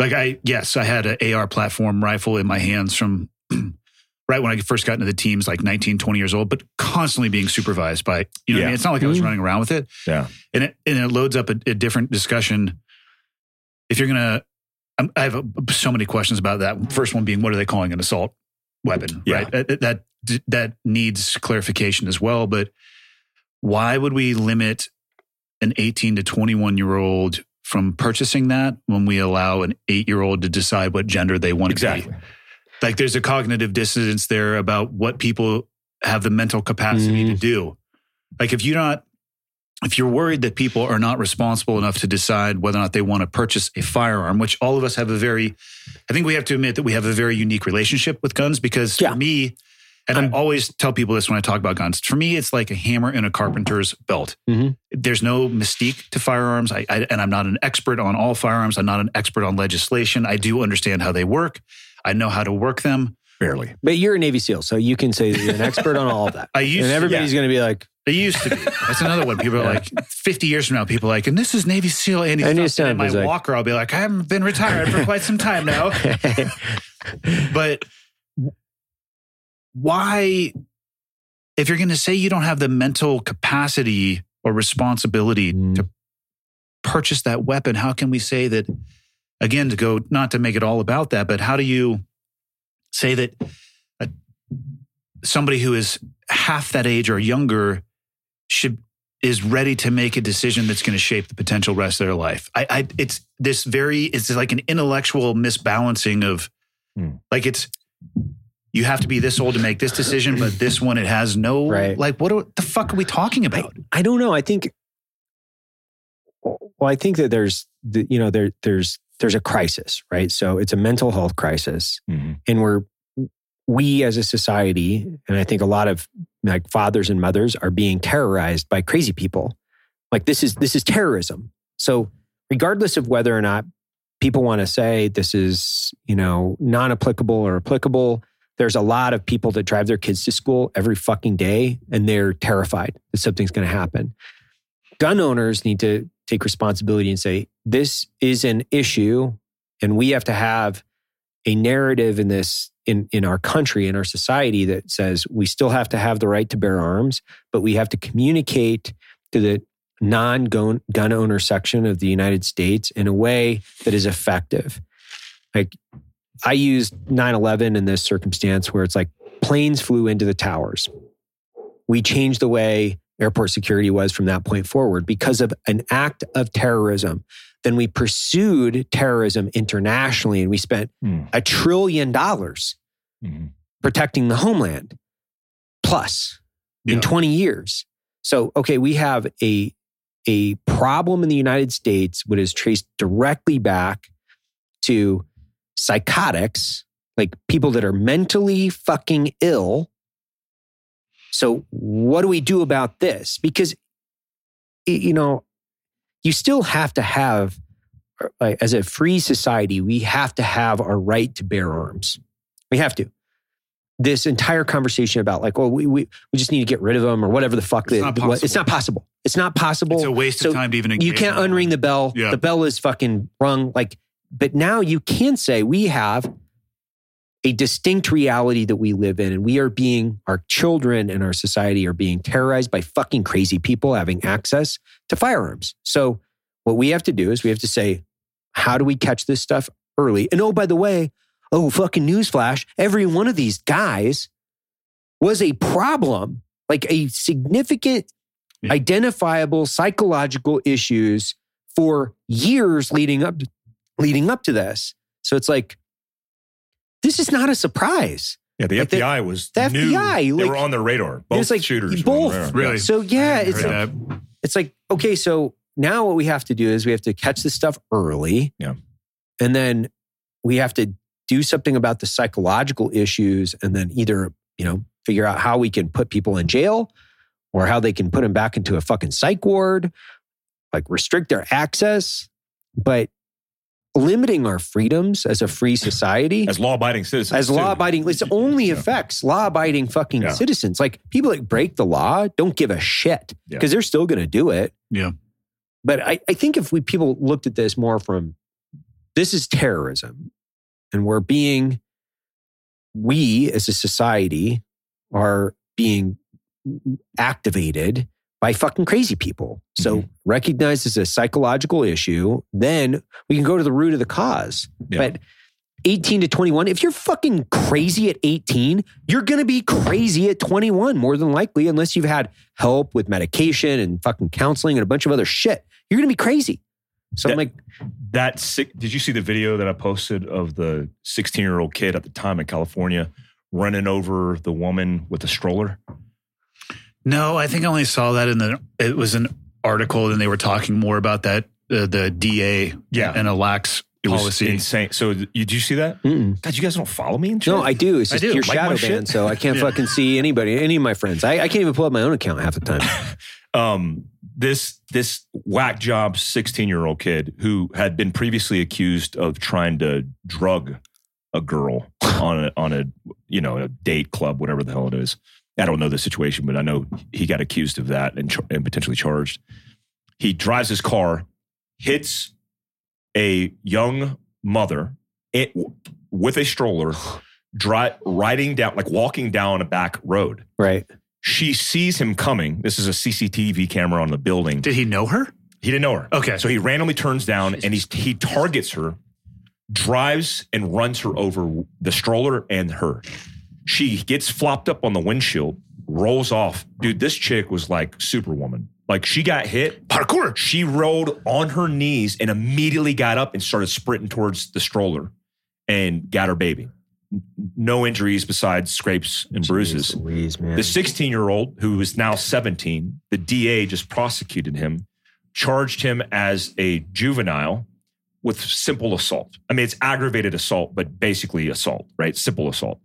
Like I, yes, I had an AR platform rifle in my hands from right when I first got into the teams, like 19, 20 years old, but constantly being supervised by, you know what I Yeah. mean? It's not like I was Mhm. running around with it. Yeah. And it, and it loads up a, a different discussion. If you're going to, I have uh, so many questions about that. First one being, what are they calling an assault weapon? Yeah. Right. That, that, that needs clarification as well. But why would we limit an 18 to 21 year old from purchasing that when we allow an eight year old to decide what gender they want to be? Exactly. like there's a cognitive dissonance there about what people have the mental capacity to do like if you're not if you're worried that people are not responsible enough to decide whether or not they want to purchase a firearm which all of us have a very i think we have to admit that we have a very unique relationship with guns because Yeah. for me and i always tell people this when i talk about guns for me it's like a hammer in a carpenter's belt Mhm. there's no mystique to firearms I, I, and i'm not an expert on all firearms i'm not an expert on legislation i do understand how they work I know how to work them. Barely. But you're a Navy SEAL, so you can say that you're an expert on all of that. I And used to, everybody's going to be like, I used to be. That's another one. People are like, 50 years from now, people are like, and this is Navy SEal Andy. Andy Stumpf. Stumpf And my is like- walker, I'll be like, I haven't been retired for quite some time now. But why, if you're going to say you don't have the mental capacity or responsibility Mm. to purchase that weapon, how can we say that, again, to go, not to make it all about that, but how do you say that a, somebody who is half that age or younger should is ready to make a decision that's going to shape the potential rest of their life. I, I it's this very it's like an intellectual misbalancing of Hmm. like it's you have to be this old to make this decision, but this one it has no Right. like what are, the fuck are we talking about? I don't know. I think, well, I think that there's, the, you know, there there's there's a crisis, right? So it's a mental health crisis, Mhm. and we're we as a society, and I think a lot of like fathers and mothers are being terrorized by crazy people. Like this is this is terrorism. So regardless of whether or not people want to say this is you know non-applicable or applicable there's a lot of people that drive their kids to school every fucking day and they're terrified that something's going to happen gun owners need to take responsibility and say this is an issue and we have to have a narrative in this in, in our country in our society that says we still have to have the right to bear arms but we have to communicate to the non-gun gun owner section of the united states in a way that is effective like i used 9-11 in this circumstance where it's like planes flew into the towers we changed the way airport security was from that point forward because of an act of terrorism. Then we pursued terrorism internationally and we spent Hmm. a trillion dollars Mhm. protecting the homeland plus in Yeah. 20 years. So, okay, we have a, a problem in the United States, which is traced directly back to psychotics, like people that are mentally fucking ill. So, what do we do about this? Because, y- you know, you still have to have, uh, like, as a free society, we have to have our right to bear arms. We have to. This entire conversation about, like, well, we, we, we just need to get rid of them or whatever the fuck. It's the- not what- possible. it's not possible. It's not possible It's a waste so of time to even you engage can't in that. unring the bell. Yeah. The bell is fucking rung. Like, but now you can say we have a distinct reality that we live in, and we are being our children and our society are being terrorized by fucking crazy people having access to firearms. So what we have to do is we have to say, how do we catch this stuff early? And oh, by the way, oh fucking newsflash, every one of these guys was a problem, like a significant Yeah. identifiable psychological issues for years leading up leading up to this. So it's like this is not a surprise. Yeah, the Like the- FBI was the knew FBI, they like- were on their radar. Both It's like, shooters, were on both, their radar. really. So yeah, I it's heard that. it's like okay, so now what we have to do is we have to catch this stuff early. Yeah. And then we have to do something about the psychological issues and then either, you know, figure out how we can put people in jail or how they can put them back into a fucking psych ward, like restrict their access, but limiting our freedoms as a free society as law-abiding citizens. as too. law abiding, it only Yeah. affects law abiding fucking Yeah. citizens. Like people that break the law don't give a shit Yeah. because they're still going to do it. Yeah. But I, I think if we people looked at this more from this is terrorism and we're being we as a society are being activated by fucking crazy people. So Mhm. recognize as a psychological issue, then we can go to the root of the cause. Yeah. But 18 to 21, if you're fucking crazy at 18, you're going to be crazy at 21 more than likely unless you've had help with medication and fucking counseling and a bunch of other shit. You're going to be crazy. So I'm Yeah. like, that sick did you see the video that i posted of the 16 year old kid at the time in california running over the woman with a stroller No, I think I only saw that in the. It was an article, and they were talking more about that uh, the DA Yeah. and a lax it was policy. insane so you, did you see that mm god you guys don't follow me and shit? No, I do. It's I just do. your Like shadow my banned, shit. so I can't fucking see anybody, any of my friends. I, I can't even pull up my own account half the time. um, this this whack job 16 year old kid who had been previously accused of trying to drug a girl on a on a you know a date club whatever the hell it is i don't know the situation but i know he got accused of that and, char- and potentially charged he drives his car hits a young mother it, with a stroller dri- riding down like walking down a back road Right. she sees him coming. This is a CCTV camera on the building. Did he know her? He didn't know her. Okay. So he randomly turns down and he's, he targets her, drives and runs her over the stroller and her. She gets flopped up on the windshield, rolls off. Dude, this chick was like Superwoman. Like she got hit. Parkour. She rolled on her knees and immediately got up and started sprinting towards the stroller and got her baby. N- No injuries besides scrapes and bruises. Jeez Louise, man. The 16 year old, who is now 17, the DA just prosecuted him, charged him as a juvenile with simple assault. I mean, it's aggravated assault, but basically assault, right? Simple assault.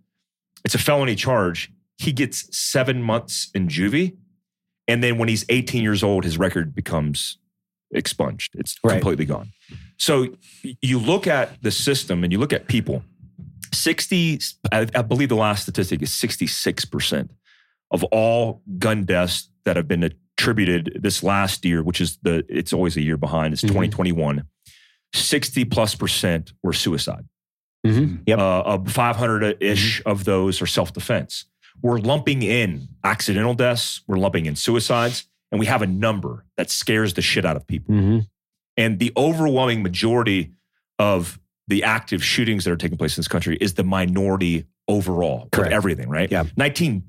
It's a felony charge. He gets seven months in juvie. And then when he's 18 years old, his record becomes expunged, it's Right. completely gone. So y- you look at the system and you look at people. 60, I, I believe the last statistic is 66% of all gun deaths that have been attributed this last year, which is the, it's always a year behind, it's Mhm. 2021, 60 plus percent were suicide. Mhm. Yep. Uh, 500 ish of those are self defense. We're lumping in accidental deaths, we're lumping in suicides, and we have a number that scares the shit out of people. Mhm. And the overwhelming majority of the active shootings that are taking place in this country is the minority overall Correct. of everything, right? Yeah. 19,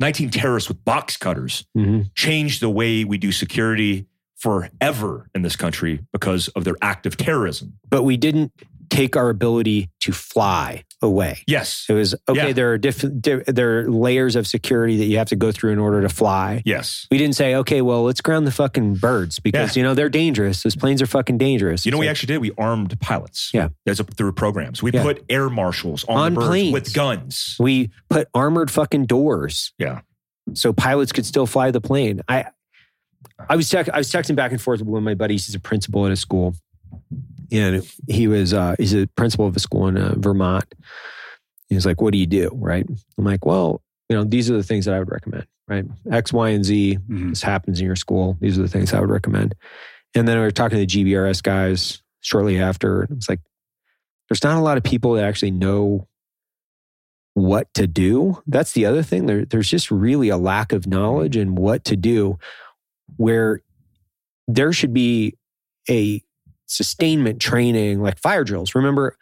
19 terrorists with box cutters Mhm. changed the way we do security forever in this country because of their active terrorism. But we didn't take our ability to fly away. Yes. It was okay. Yeah. There are diff- di- there are layers of security that you have to go through in order to fly. Yes. We didn't say, okay, well, let's ground the fucking birds because you know they're dangerous. Those planes are fucking dangerous. You know, It's what we like, actually did. We armed pilots. Yeah. There's a, through programs. We Yeah. put air marshals on, On the birds planes. with guns. we put armored fucking doors. Yeah. So pilots could still fly the plane. I I was tech, I was texting back and forth with one of my buddies. He's a principal at a school, and he was uh, he's a principal of a school in uh, Vermont. He was like, "What do you do?" Right? I'm like, "Well, you know, these are the things that I would recommend. Right? X, Y, and Z Mhm. Mm-hmm. this happens in your school. These are the things I would recommend. And then we were talking to the GBRS guys shortly after. And it's like, there's not a lot of people that actually know what to do. That's the other thing. There, there's just really a lack of knowledge in what to do, where there should be a sustainment training like fire drills. Remember,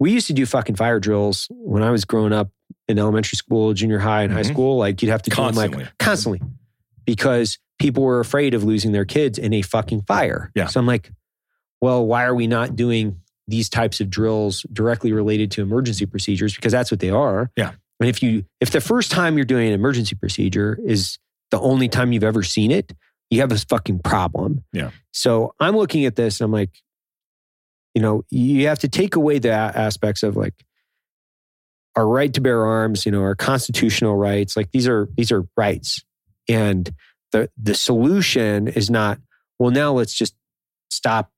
we used to do fucking fire drills when I was growing up in elementary school, junior high, and high Mhm. school. Like you'd have to do them like Constantly. constantly because people were afraid of losing their kids in a fucking fire. Yeah. So I'm like, well, why are we not doing these types of drills directly related to emergency procedures? Because that's what they are. Yeah. And if you if the first time you're doing an emergency procedure is the only time you've ever seen it, you have a fucking problem. Yeah. So I'm looking at this and I'm like, you know, you have to take away the a- aspects of like our right to bear arms, you know, our constitutional rights. Like these are these are rights, and the the solution is not well. Now let's just stop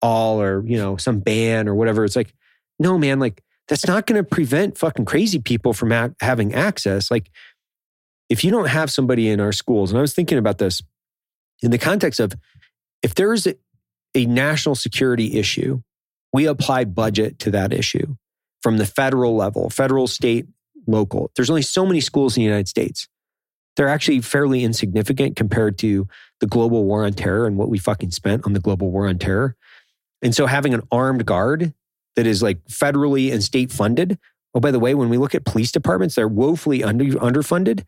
all or you know some ban or whatever. It's like no, man, like that's not going to prevent fucking crazy people from ha- having access. Like if you don't have somebody in our schools, and I was thinking about this in the context of if there is a, a national security issue, we apply budget to that issue from the federal level, federal, state, local. There's only so many schools in the United States. They're actually fairly insignificant compared to the global war on terror and what we fucking spent on the global war on terror. And so having an armed guard that is like federally and state funded. Oh, by the way, when we look at police departments, they're woefully under, underfunded,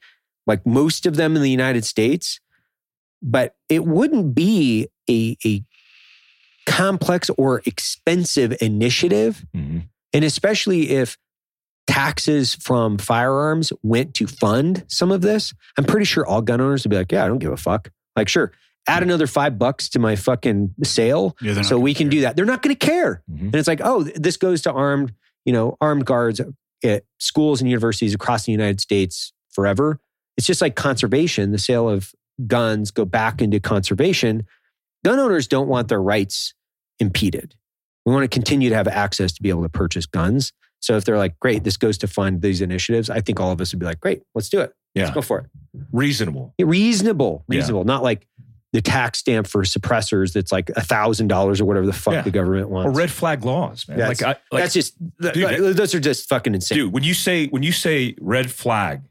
like most of them in the United States. But it wouldn't be a, a complex or expensive initiative Mhm. and especially if taxes from firearms went to fund some of this, I'm pretty sure all gun owners would be like, yeah, I don't give a fuck. Like, sure, add another five bucks to my fucking sale Yeah, they're not so we can gonna do that. They're not going to care. Mhm. And it's like, oh, th- this goes to armed, you know, armed guards at schools and universities across the United States forever. It's just like conservation. The sale of guns go back into conservation. Gun owners don't want their rights impeded. We want to continue to have access to be able to purchase guns. So if they're like, great, this goes to fund these initiatives, I think all of us would be like, great, let's do it. Yeah. Let's go for it. Reasonable. Yeah, Reasonable, Yeah. reasonable, not like the tax stamp for suppressors that's like a thousand dollars or whatever the fuck Yeah. the government wants. Or red flag laws, man. That's- like, I, like that's just th- Dude, th- those are just fucking insane. dude, when you say when you say red flag,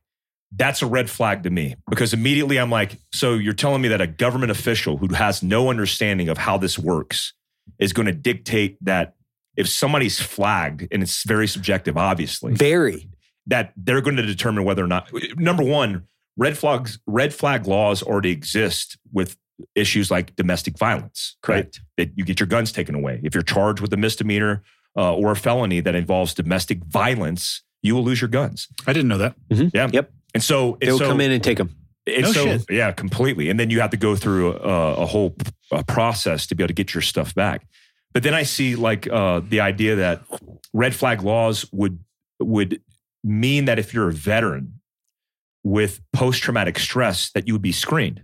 that's a red flag to me because immediately I'm like, so you're telling me that a government official who has no understanding of how this works is going to dictate that if somebody's flagged and it's very subjective, obviously, Very. that they're going to determine whether or not number one red flags red flag laws already exist with issues like domestic violence Correct. right? that you get your guns taken away if you're charged with a misdemeanor uh, or a felony that involves domestic violence you will lose your guns I didn't know that. and so and They'll so, come in and take them. and No so shit. yeah completely and then you have to go through uh, a, a whole p- a process to be able to get your stuff back but then i see like uh, the idea that red flag laws would would mean that if you're a veteran with post-traumatic stress that you would be screened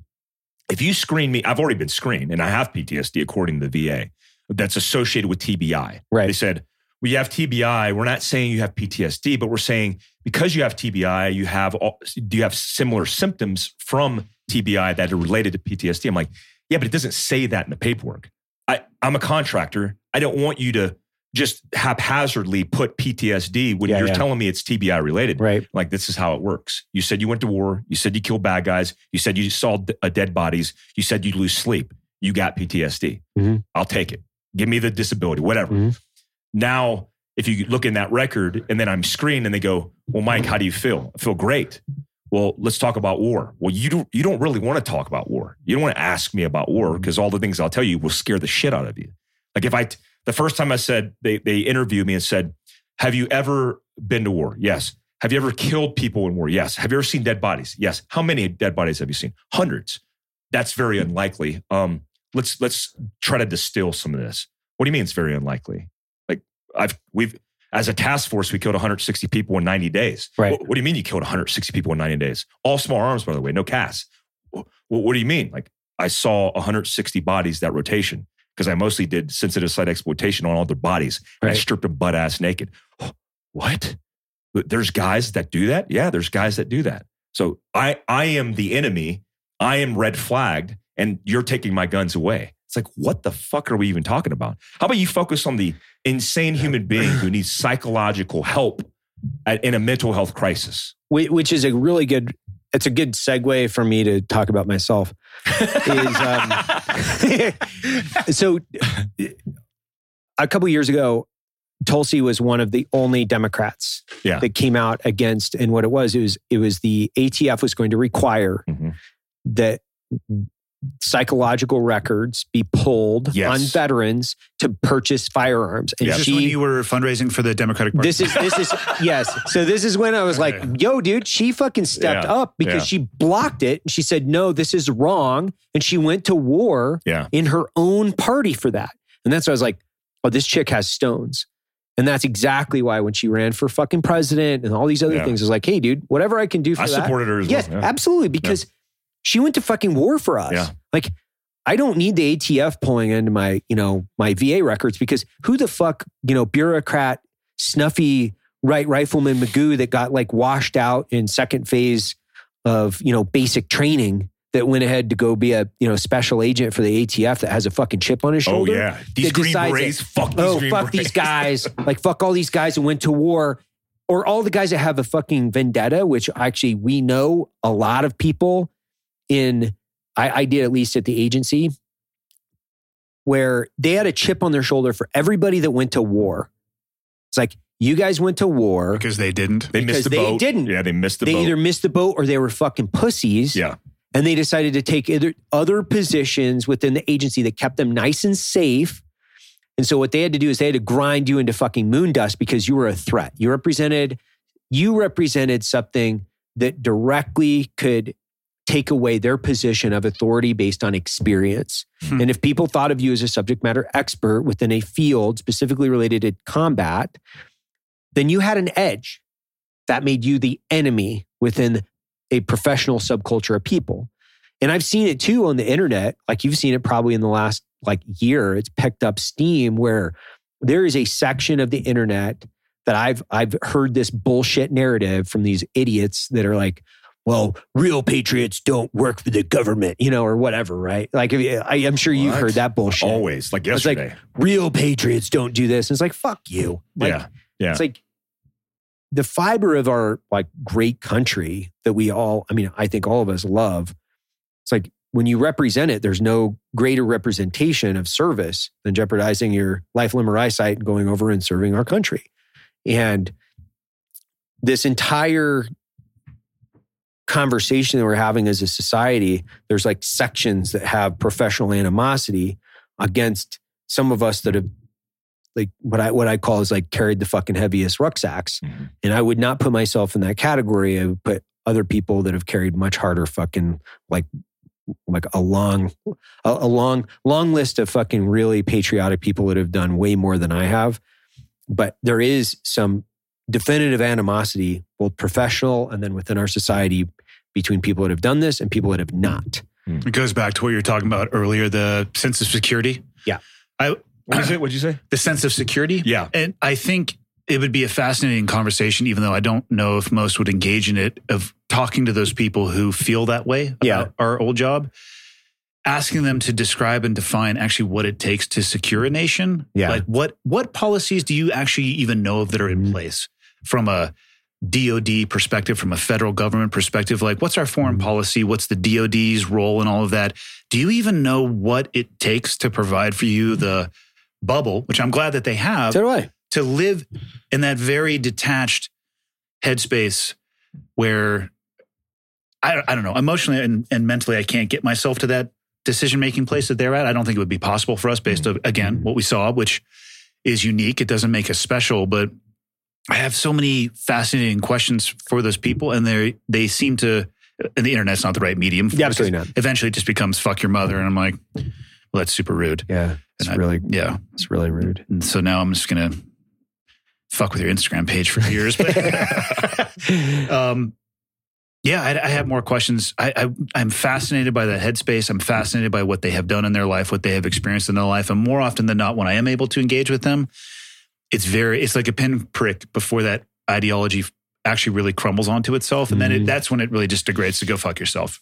if you screen me i've already been screened and i have ptsd according to the va that's associated with tbi they Right. said well you have tbi we're not saying you have ptsd but we're saying because you have TBI, you have all, do you have similar symptoms from TBI that are related to PTSD? I'm like, yeah, but it doesn't say that in the paperwork. I, I'm a contractor. I don't want you to just haphazardly put PTSD when Yeah, you're yeah. telling me it's TBI related. Right. Like this is how it works. You said you went to war. You said you killed bad guys. You said you saw d- uh, dead bodies. You said you lose sleep. You got PTSD. Mhm. I'll take it. Give me the disability, whatever. Mhm. Now, if you look in that record and then I'm screened and they go, "Well, Mike, how do you feel?" I feel great. Well, let's talk about war. Well, you don't you don't really want to talk about war. You don't want to ask me about war because all the things I'll tell you will scare the shit out of you. Like if I t- the first time I said they they interviewed me and said, "Have you ever been to war?" Yes. Have you ever killed people in war? Yes. Have you ever seen dead bodies? Yes. How many dead bodies have you seen? Hundreds. That's very unlikely. Um, let's let's try to distill some of this. What do you mean it's very unlikely? Like I've we've as a task force, we killed 160 people in 90 days. Right. What, what do you mean you killed 160 people in 90 days? All small arms, by the way, no CAS. What, what do you mean? Like I saw 160 bodies that rotation because I mostly did sensitive site exploitation on all their bodies. And I Right. stripped them butt ass naked. What? But There's guys that do that? Yeah, there's guys that do that. So I I am the enemy. I am red flagged and you're taking my guns away. It's like what the fuck are we even talking about? How about you focus on the insane human being who needs psychological help at, in a mental health crisis? Whi- Which is a really good. It's a good segue for me to talk about myself. is, um, so, a couple years ago, Tulsi was one of the only Democrats Yeah. that came out against. And what it was, it was it was the ATF was going to require Mhm. that psychological records be pulled Yes. on veterans to purchase firearms. And Is this when you were fundraising for the Democratic Party? This is this is yes. So this is when I was like, Okay. "Yo, dude, she fucking stepped Yeah, up because yeah. she blocked it and she said, "No, this is wrong," and she went to war Yeah. in her own party for that. And that's why I was like, "Oh, this chick has stones." And that's exactly why when she ran for fucking president and all these other Yeah. things, I was like, "Hey, dude, whatever I can do for I that." supported her as yes, well. Yeah. absolutely, because she went to fucking war for us. Yeah. Like, I don't need the ATF pulling into my, you know, my VA records because who the fuck, you know, bureaucrat, snuffy right rifleman Magoo that got like washed out in second phase of, you know, basic training that went ahead to go be a you know special agent for the ATF that has a fucking chip on his Oh shoulder. yeah, these that green decides berets. Fuck these Oh green fuck berets. these guys! like fuck all these guys who went to war, or all the guys that have a fucking vendetta. Which actually we know a lot of people in. I, I did at least at the agency where they had a chip on their shoulder for everybody that went to war. It's like you guys went to war. because they didn't. They because missed the they boat. didn't. Yeah, they missed the they boat. either missed the boat or they were fucking pussies. Yeah. And they decided to take either other positions within the agency that kept them nice and safe. And so what they had to do is they had to grind you into fucking moon dust because you were a threat. You represented you represented something that directly could take away their position of authority based on experience. Hmm. And if people thought of you as a subject matter expert within a field specifically related to combat, then you had an edge that made you the enemy within a professional subculture of people. And I've seen it too on the internet. Like you've seen it probably in the last like year. It's picked up steam where there is a section of the internet that I've I've heard this bullshit narrative from these idiots that are like, well, real patriots don't work for the government, you know, or whatever, right? Like if- I, I'm sure you've What? heard that bullshit. Always like It's like- yesterday. Real patriots don't do this. And it's like fuck you. Like, yeah, yeah. it's like the fiber of our like great country that we all, I mean, I think all of us love. It's like when you represent it, there's no greater representation of service than jeopardizing your life, limb, or eyesight and going over and serving our country. And this entire conversation that we're having as a society, there's like sections that have professional animosity against some of us that have like what I what I call is like carried the fucking heaviest rucksacks. Mhm. And I would not put myself in that category. I would put other people that have carried much harder fucking like like a long a, a long long list of fucking really patriotic people that have done way more than I have. But there is some definitive animosity, both professional and then within our society, between people that have done this and people that have not. It goes back to what you were talking about earlier, the sense of security. Yeah. I what is it? What'd you say? the sense of security. Yeah, And I think it would be a fascinating conversation, even though I don't know if most would engage in it, of talking to those people who feel that way about Yeah. our old job, asking them to describe and define actually what it takes to secure a nation. Yeah. Like what what policies do you actually even know of that are Mm-hmm. in place from a DOD perspective, from a federal government perspective, like what's our foreign Mm-hmm. policy? What's the DOD's role in all of that? Do you even know what it takes to provide for you the bubble, which I'm glad that they have? So do I. to live in that very detached headspace where I, I don't know, emotionally and, and mentally, I can't get myself to that decision making place that they're at. I don't think it would be possible for us Mm. based on, again, what we saw, which is unique. It doesn't make us special, but I have so many fascinating questions for those people. And they they seem to, and the internet's not the right medium. for Yeah, it, 'cause absolutely not. Eventually, it just becomes fuck your mother. And I'm like, well, that's super rude. Yeah. It's And I- really Yeah. it's really rude. And so now I'm just gonna fuck with your Instagram page for years. But um, yeah, I, I have more questions. I, I I'm fascinated by that headspace. I'm fascinated by what they have done in their life, what they have experienced in their life, and more often than not, when I am able to engage with them, it's very it's like a pinprick before that ideology actually really crumbles onto itself, and then it, Mhm. that's when it really just degrades to go fuck yourself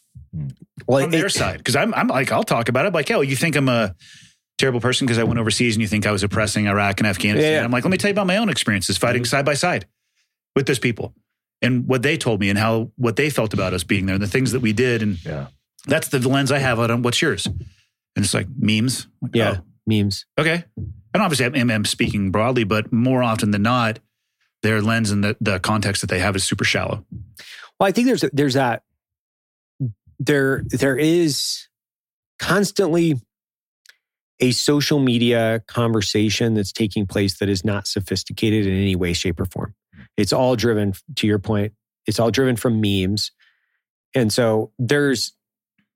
Well, on their side because I'm I'm like I'll talk about it. I'm like, oh, you think I'm a terrible person because I went overseas and you think I was oppressing Iraq and Afghanistan. Yeah, Mm-hmm. yeah. I'm like, let me tell you about my own experiences fighting side by side with those people and what they told me and how what they felt about us being there and the things that we did and Yeah. that's the lens I have on it. what's yours. And it's like memes. Like, yeah. oh, memes. Okay. And obviously, I'm, I'm speaking broadly, but more often than not, their lens and the, the context that they have is super shallow. Well, I think there's there's that there there is constantly a social media conversation that's taking place that is not sophisticated in any way, shape, or form. It's all driven to your point. It's all driven from memes, and so there's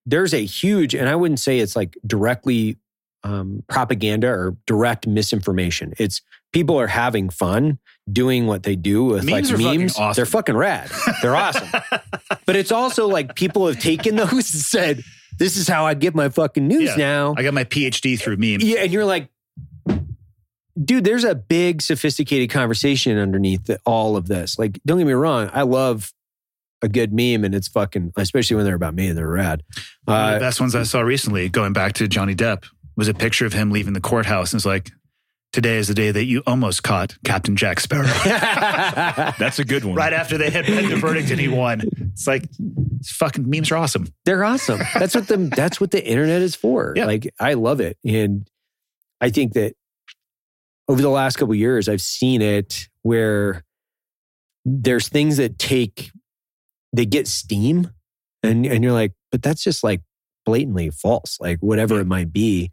there's a huge, and I wouldn't say it's like directly um, propaganda or direct misinformation. It's people are having fun doing what they do with Memes are like fucking memes. awesome. They're fucking rad. They're awesome. But it's also like people have taken those and said, "This is how I get my fucking news Yeah. now." I got my PhD through memes. yeah, and you're like, dude, there's a big sophisticated conversation underneath the- all of this. Like, don't get me wrong, I love a good meme, and it's fucking especially when they're about me and they're rad. One of Uh, the best ones I saw recently, going back to Johnny Depp, was a picture of him leaving the courthouse and it's like, Today is the day that you almost caught Captain Jack Sparrow. That's a good one. right after they had read the verdict and he won. It's like these fucking memes are awesome. they're awesome. That's what the that's what the internet is for. Yeah. Like I love it, and I think that over the last couple of years, I've seen it where there's things that take they get steam, and and you're like, but that's just like blatantly false, like whatever it might be,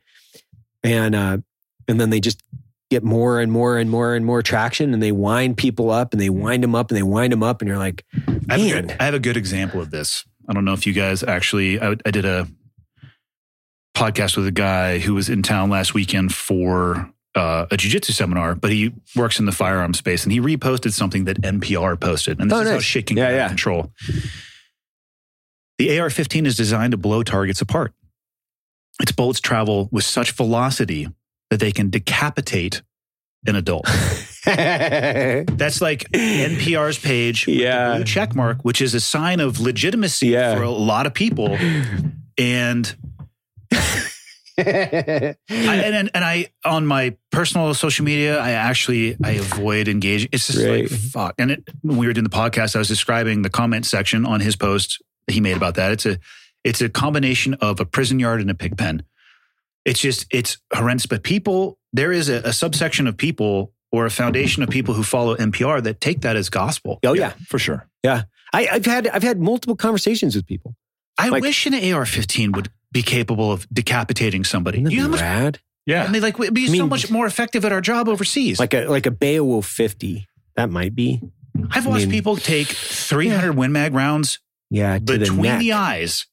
and uh, and then they just get more and more and more and more traction, and they wind people up, and they wind them up, and they wind them up, and you're like, I have, a man, good, I have a good example of this. I don't know if you guys actually, I, I did a podcast with a guy who was in town last weekend for uh, a jujitsu seminar, but he works in the firearm space and he reposted something that NPR posted. And this Oh, is how nice. shit can Yeah, get out of yeah. control. The AR 15 is designed to blow targets apart. Its bullets travel with such velocity that they can decapitate an adult. That's like NPR's page with Yeah. the blue check mark, which is a sign of legitimacy Yeah. for a lot of people. And I, and, and and I on my personal social media, I actually I avoid engaging. It's just Right. like fuck. And it, when we were doing the podcast, I was describing the comment section on his post that he made about that. It's a it's a combination of a prison yard and a pig pen. It's just it's horrendous. But people, there is a, a subsection of people or a foundation of people who follow NPR that take that as gospel. oh yeah. for sure. I, I've had I've had multiple conversations with people. I Like- wish an AR-15 would be capable of decapitating somebody. Isn't that You know how much? rad? I Yeah. mean, like, we'd be I mean- so much more effective at our job overseas. Like, Like a like a Beowulf fifty. That might be. I've watched mean- people take 300 Win Mag rounds Yeah, to the, between neck. the, eyes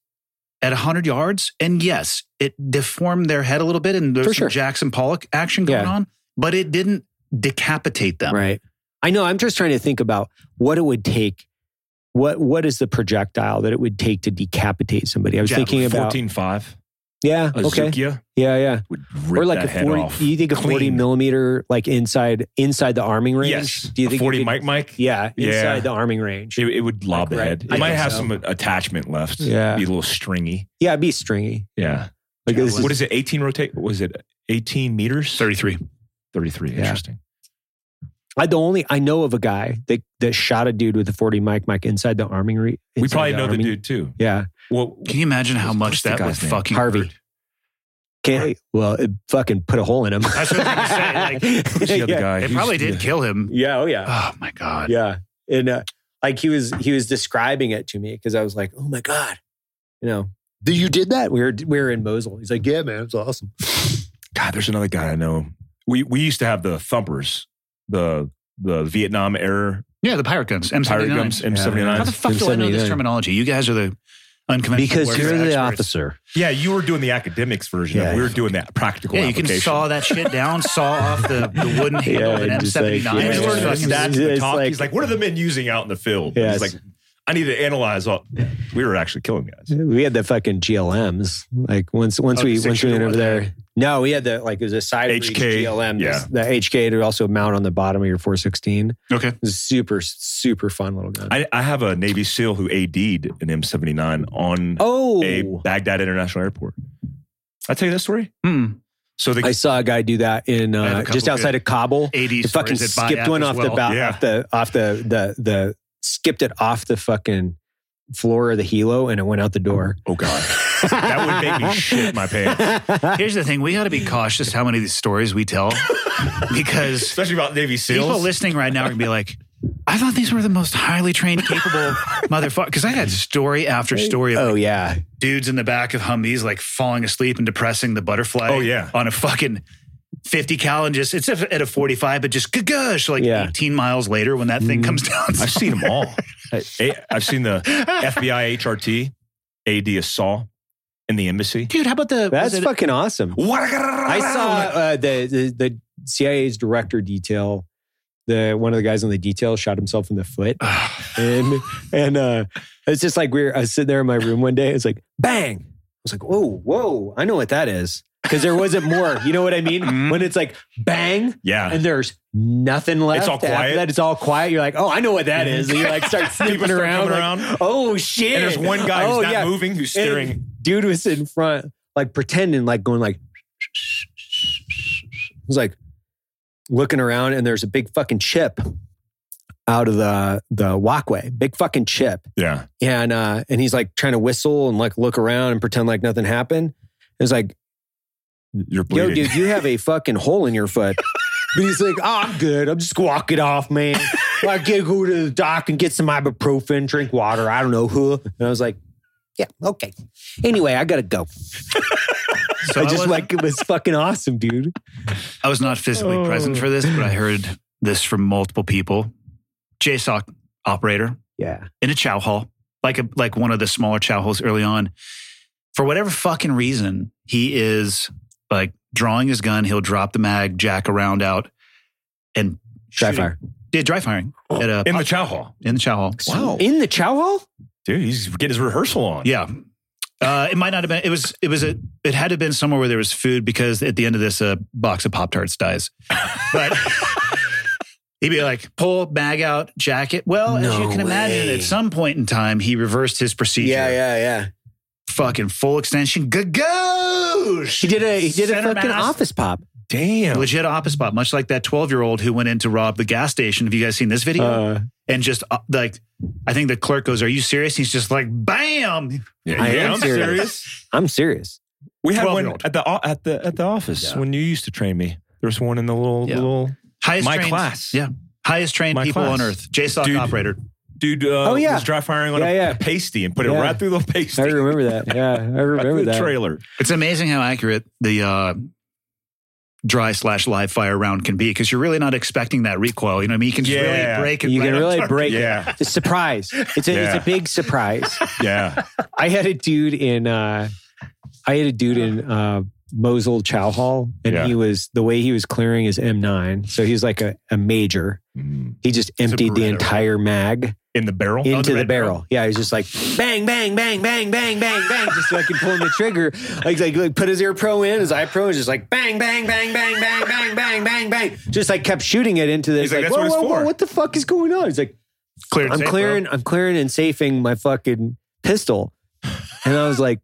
at 100 yards, and yes, it deformed their head a little bit, and there's For some sure. Jackson Pollock action going Yeah. on, but it didn't decapitate them. Right. I know. I'm just trying to think about what it would take. What what is the projectile that it would take to decapitate somebody? I was Yeah, thinking about 14.5. yeah, A okay, Zukia yeah, yeah, would rip or like that a head forty. E off. You think a forty Clean. millimeter like inside inside the arming range? Yes. Do you A think you 40 could- Mike Mike? Yeah, Yeah. inside the arming range. It, it would lob the right. head. It I might think have so. some attachment left. Yeah. Be a little stringy. yeah, it'd be stringy. Yeah. Like this what is it? 18 rotate? Was it 18 meters? 33. 33. Yeah. Interesting. I the only I know of a guy that that shot a dude with a forty mic mic inside the arming. Re, we inside probably know army. the dude too. Yeah, Well, Can you imagine how What's- much what's the that would guy's name? fucking Harvey. hurt? can't. Well, it fucking put a hole in him. That's what I was gonna who's the other yeah. guy? It Who's- probably did kill him. yeah. Oh yeah. Oh my God. Yeah. And uh, like he was he was describing it to me because I was like, oh my god, you know, "Did you did that. We were we were in Mosul. He's like, yeah, man, it's awesome. God, there's another guy I know. We we used to have the thumpers, the the Vietnam era Yeah, the pirate guns, M79s. pirate guns, How the M79s. fuck do I know this M79. terminology? You guys are the unconventional. Because warrior you're the experts. officer. Yeah, you were doing the academics version. of Yeah. it. we were doing that practical. Yeah, you can application. saw that shit down, saw off the, the wooden handle of an Yeah, just like, M79. yeah, I Just just yeah, fucking- learned the yeah. stats at the It's top. like- He's like, what are the men using out in the field? Yes. He's like, I need to analyze all. We were actually killing guys. We had the fucking GLMs. Like once once Oh, we the once we went six-year-old over there. No, we had the like it was a side of each HK, GLM. yeah. The HK to also mount on the bottom of your 416. It Okay. was a super super fun little gun. I, I have a Navy SEAL who AD'd an M79 on oh, a Baghdad International Airport. I tell you that story. Hmm. So the I saw a guy do that in I have uh, a couple just outside good of Kabul. 80 He fucking stories at skipped Bayat one as off the well. ba- Yeah. off the off the the the skipped it off the fucking floor of the helo and it went out the door. oh god, that would make me shit my pants, Here's the thing: we got to be cautious how many of these stories we tell, because especially about Navy people SEALs. listening right now are gonna be like, "I thought these were the most highly trained, capable motherfuckers." Because I had story after story of oh yeah, dudes in the back of Humvees like falling asleep and depressing the butterfly. Oh, yeah. on a fucking. 50 cal and just it's at a 45 but just gush like Yeah. 18 miles later when that thing Mhm. comes down I've seen them all. A- I've seen the FBI HRT, AD Assault, in the embassy. Dude, how about the was that's it- fucking awesome. I I saw uh, the, the the CIA's director detail. The one of the guys on the detail shot himself in the foot, and and uh, it's just like we're. I was sitting there in my room one day. It's like bang. I was like, whoa, whoa! I know what that is. because there wasn't more. You know what I mean? Mm-hmm. Mhm. when it's like bang Yeah. and there's nothing left. all after quiet. That it's all quiet. You're like, oh, I know what that is. And you like start sniffing People start around. coming like, around. Oh shit! and there's one guy who's Oh, not yeah. moving, who's And staring. Dude was in front, like pretending, like going like. It was like looking around, and there's a big fucking chip out of the the walkway. Big fucking chip yeah. and uh and he's like trying to whistle and like look around and pretend like nothing happened. It's like, You're yo, bleeding. dude, you have a fucking hole in your foot. But he's like, oh, I'm good. I'm just walk it off, man. I get go to the doc and get some ibuprofen, drink water. I don't know who. And I was like, yeah, okay. Anyway, I gotta go. So I just wasn't- like it was fucking awesome, dude. I was not physically oh. present for this, but I heard this from multiple people. JSOC operator Yeah, in a chow hall, like a like one of the smaller chow halls early on. For whatever fucking reason, he is like drawing his gun. He'll drop the mag, jack a round out, and dry shooting- fire. Yeah, dry firing at a Oh, in the chow hall. in the chow hall. Wow. in the chow hall. Dude, he's getting his rehearsal on. Yeah. Uh, it might not have been. It was. It was a. It had to have been somewhere where there was food because at the end of this, a box of pop tarts dies. But he'd be like, pull bag out, jacket. Well, as you No can imagine, way. at some point in time, he reversed his procedure. yeah, yeah. Fucking full extension. Go. He did a he did a Center fucking mass. office pop. Damn. Legit office spot, much like that 12 year old who went in to rob the gas station. Have you guys seen this video? Uh, and just uh, like, I think the clerk goes, Are you serious? He's just like, Bam. Yeah, I yeah, am I'm serious. serious. I'm serious. We had one 12-year-old. at the o- at the at the office Yeah. when you used to train me. There was one in the little Yeah. little Highest my trained- class. Yeah. Highest trained My people class. on earth. JSOC Dude. operator. dude. Uh, Oh, yeah. was dry firing on Yeah, a, yeah. a pasty and put it Yeah. right through the pasty. I remember that. Yeah, I right through remember the that. trailer. It's amazing how accurate the uh, dry slash live fire round can be because you're really not expecting that recoil. You know what I mean? You can just Yeah. really break it. You right can on really target. break it. Yeah, It's a surprise. It's a it's Yeah. a big surprise. yeah. I had a dude in uh I had a dude in uh Mosul Chow Hall and Yeah. he was the way he was clearing his M9. So he was like a, a major. Mm. He just emptied the Beretta, entire mag In the barrel. into the, red barrel. barrel. Yeah, he was just like bang, bang, bang, bang, bang, bang, bang, just fucking pulling the trigger. Like, like, like, put his ear pro in, his eye pro, and just like bang, bang, bang, bang, bang, bang, bang, bang, bang. Just like kept shooting it into the. He's like, "That's whoa, what it's whoa, whoa, for." what the fuck is going on? He's like, Clear and I'm safe, clearing, I'm clearing and safing my fucking pistol. And I was like,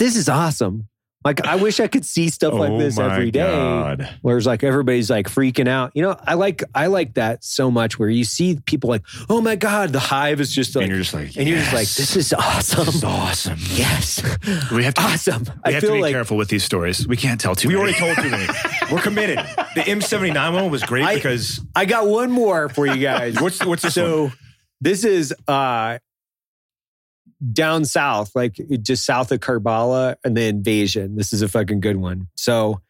this is awesome. Like, I wish I could see stuff like this Oh my every day. God. Whereas like everybody's like freaking out. You know, I like I like that so much where you see people like, oh my God, the hive is just like and you're just like, and you're just like, "Yes, this is awesome. this is awesome. Yes. bro. We have to, awesome. we I have to feel be like careful with these stories. We can't tell too We many. already told too many. We're committed. The M79 one was great I- because I got one more for you guys. what's what's this one? so this is uh down south, like just south of Karbala and the invasion. This is a fucking good one. So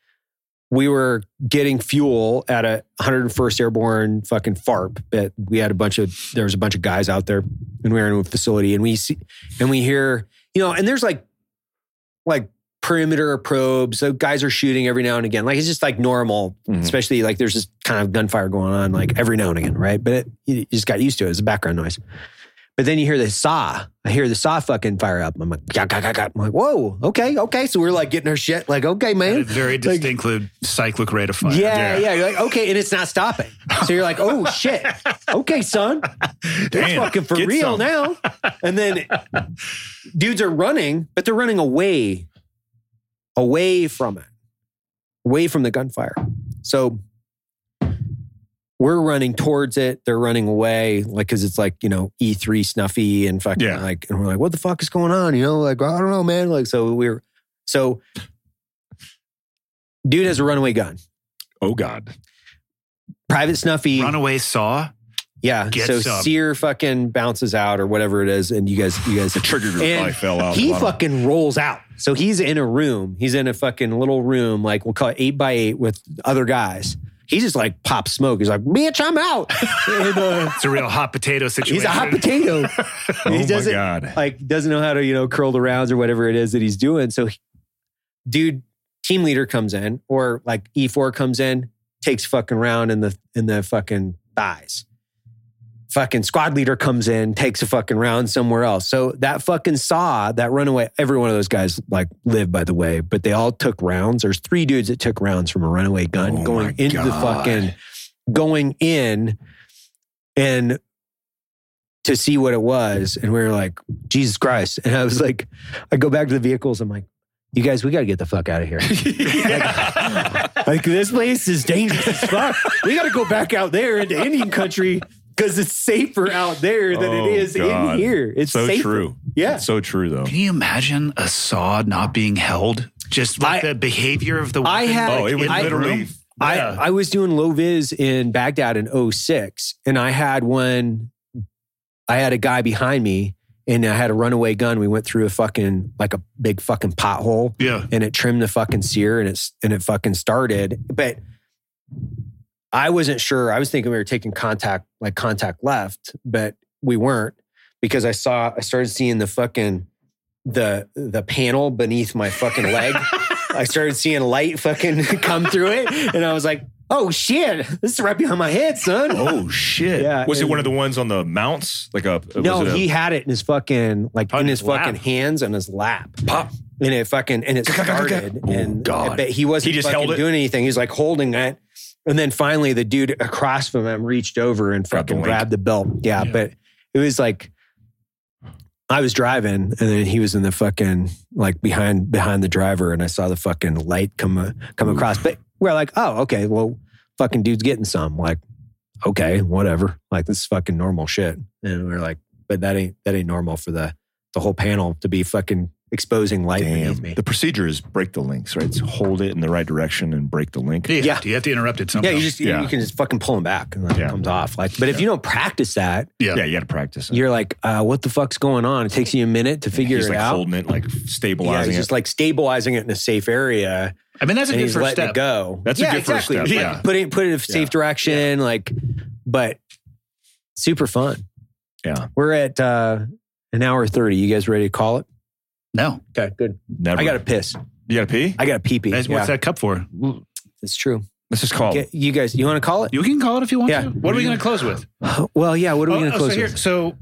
we were getting fuel at a 101st Airborne fucking FARP. That we had a bunch of there was a bunch of guys out there, and we were in a facility, and we see and we hear you know, and there's like like perimeter probes. So guys are shooting every now and again. Like it's just like normal, Mhm. especially like there's this kind of gunfire going on like every now and again, right? But it, you just got used to it. It's a background noise. But then you hear the saw. I hear the saw fucking fire up. I'm like, "Gah, gah, gah, gah." I'm like, whoa, okay, okay. So we're like getting our shit. Like, okay, Had man. a very distinctly cyclic rate of fire. Yeah, yeah, You're like, okay, and it's not stopping. So you're like, oh shit. Okay, son. That's Damn, fucking for get real some. now. And then dudes are running, but they're running away, away from it, away from the gunfire. So we're running towards it. They're running away, like because it's like you know E three snuffy and fucking Yeah. like, and we're like, what the fuck is going on? You know, like I don't know, man. Like so we're so dude has a runaway gun, Oh God. private snuffy, Runaway saw. yeah. Get so some. Sear fucking bounces out or whatever it is, and you guys, you guys, The trigger group And probably fell out. he Bottom. fucking rolls out. So he's in a room. He's in a fucking little room, like we'll call it eight by eight with other guys. He just like pops smoke. He's like, bitch, I'm out. And, uh, It's a real hot potato situation. he's a hot potato. Oh he my doesn't God. like doesn't know how to you know curl the rounds or whatever it is that he's doing. So, he- dude, team leader comes in or like E four comes in, takes fucking round in the in the fucking thighs. fucking squad leader comes in, takes a fucking round somewhere else. So that fucking saw that runaway. Every one of those guys like live, by the way, but they all took rounds. There's three dudes that took rounds from a runaway gun Oh going my into the God. fucking going in and to see what it was. And we were like, Jesus Christ. And I was like, I go back to the vehicles. I'm like, you guys, we got to get the fuck out of here. Like this place is dangerous as fuck. we got to go back out there into Indian country because it's safer out there than Oh, it is God. in here. It's so safer. true. Yeah. It's so true though. Can you imagine a saw not being held? Just like I- the behavior of the I weapon, had- like, Oh, it in would the literally. room? I, Yeah. I was doing low vis in Baghdad in 06, and I had one. I had a guy behind me, and I had a runaway gun. We went through a fucking like a big fucking pothole, yeah. and it trimmed the fucking sear and it's and it fucking started. But I wasn't sure. I was thinking we were taking contact like contact left, but we weren't because I saw I started seeing the fucking the the panel beneath my fucking leg. I started seeing light fucking come through it, and I was like, "Oh shit, this is right behind my head, son." Oh shit! Yeah, was it and- one of the ones on the mounts? Like a was No, it a- he had it in his fucking like in On his his lap. fucking hands and his lap. Pop. And it fucking and it started. Oh, and God. but he wasn't He just fucking held it? doing anything. He's like holding it. And then finally the dude across from him reached over and Grabbed the fucking link. grabbed the belt. Yeah, Yeah. But it was like I was driving and then he was in the fucking like behind behind the driver and I saw the fucking light come come across. But we're like, oh, okay, well, fucking dude's getting some. Like, okay, whatever. Like this is fucking normal shit. And we're like, but that ain't that ain't normal for the the whole panel to be fucking exposing light beneath me. The procedure is break the links, right? It's hold it in the right direction and break the link. Yeah. Yeah. Do you have to interrupt it Yeah, somehow? you just you- Yeah. you can just fucking pull them back and like, Yeah. it comes off. Like, but if Yeah. you don't practice that, Yeah. Yeah, you got to practice. It. you're like, uh, what the fuck's going on? It takes you a minute to figure He's it like out. holding it, like yeah, stabilizing he's it. just like stabilizing it in a safe area, I mean, that's a and good he's first letting step. it go. That's a yeah, good first exactly. step. Like, Yeah. put it put it in a safe Yeah. direction. Like, but super fun. Yeah. we're at uh, an hour thirty. You guys ready to call it? No. Okay, good. Never. I got to piss. you got to pee. I got a pee pee. That's- What's that cup for? It's true. Let's just call. Okay, you guys, you want to call it? You can call it if you want Yeah. to. What are we going to close with? Well, yeah. What are we Oh, going to oh, close so here- with? so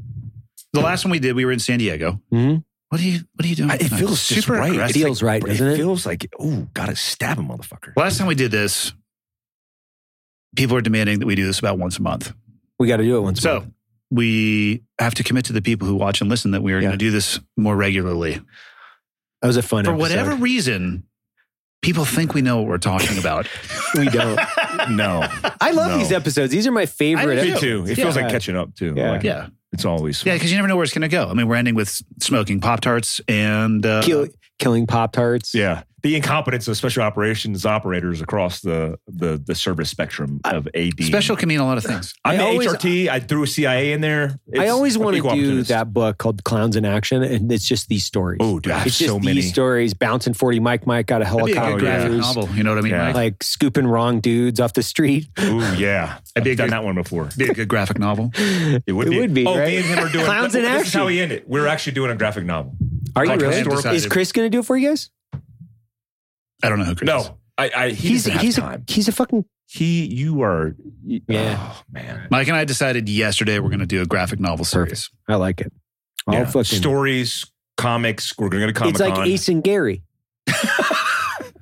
the last one we did, we were in San Diego. Mhm. What are you? What are you doing? I- it tonight? feels just right. It aggressive. feel- Feels right, But doesn't it? feels like oh, gotta stab a motherfucker. Last time we did this, people are demanding that we do this about once a month. we got to do it once. So we have to commit to the people who watch and listen that we are Yeah. going to do this more regularly. That was a fun For episode. whatever reason, people think we know what we're talking about. we don't. no, I love No. these episodes. These are my favorite. I do me episodes. too. It Yeah. feels like catching up too. Yeah. Like, yeah, it's always yeah, because you never know where it's going to go. I mean, we're ending with smoking Pop Tarts and uh, Kill, killing Pop Tarts. Yeah, the incompetence of special operations operators across the the, the service spectrum of AD. special can mean a lot of things. I'm I the always- HRT. I threw CIA in there. I It's always a want to equal do opportunist. that book called Clowns in Action, and it's just these stories. Oh, dude, I have it's just so these many. stories. Bouncing 40 Mike Mike out of That'd be a good helicopters. graphic novel. You know what I mean? Yeah. Mike? Like scooping wrong dudes off the street. Ooh, yeah. I'd I've be a done good- that one before. be a good graphic novel. It would It be. would be, Oh, right? me and him are doing Clowns in this This is how action. we end it. We're actually doing a graphic novel. Are you Like really? historical- Is Chris going to do it for you guys? I don't know who Chris is. No, I. I he he's doesn't have he's a, time. he's a fucking he. You are. you- Yeah. Oh man. Mike and I decided yesterday we're going to do a graphic novel series. I like it. I'll Yeah. fucking- Stories, comics. We're going to Comic it's Con. like Ace and Gary,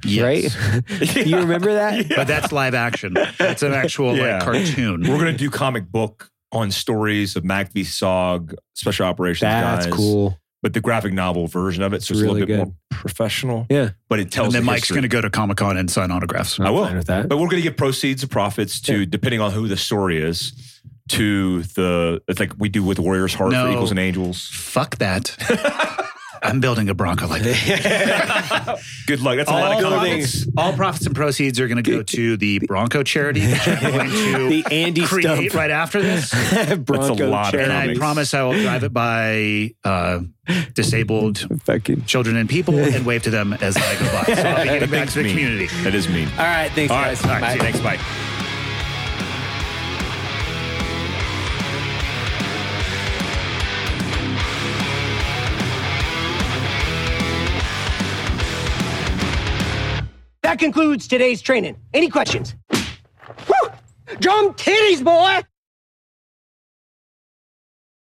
Yes. right? you remember that? But that's live action. That's an actual Yeah. like cartoon. We're going to do comic book on stories of Mac v. Sog, special operations That's guys. cool. But the graphic novel version of it, so it's Really a little bit good. more professional. Yeah. But it tells and then the Mike's history. going to go to Comic Con and sign autographs. I'm I will. fine with that. But we're going to give proceeds of profits to, depending on who the story is, to the, it's like we do with Warriors Heart No. for Eagles and Angels. Fuck that. I'm building a Bronco like that. Good luck. That's a lot All of profits, confidence. all profits and proceeds are going to go to the Bronco charity, which I'm going to the Andy create Stump right after this. Bronco lot of Cherry. And I Comics. promise I will drive it by uh, disabled Fucking. children and people and wave to them as I go by. So I'll be getting back Thanks, to the mean. community. That is mean. All right, thanks All guys. right. All Bye. right. See you next. Bye. That concludes today's training. Any questions? Woo! Drum titties, boy!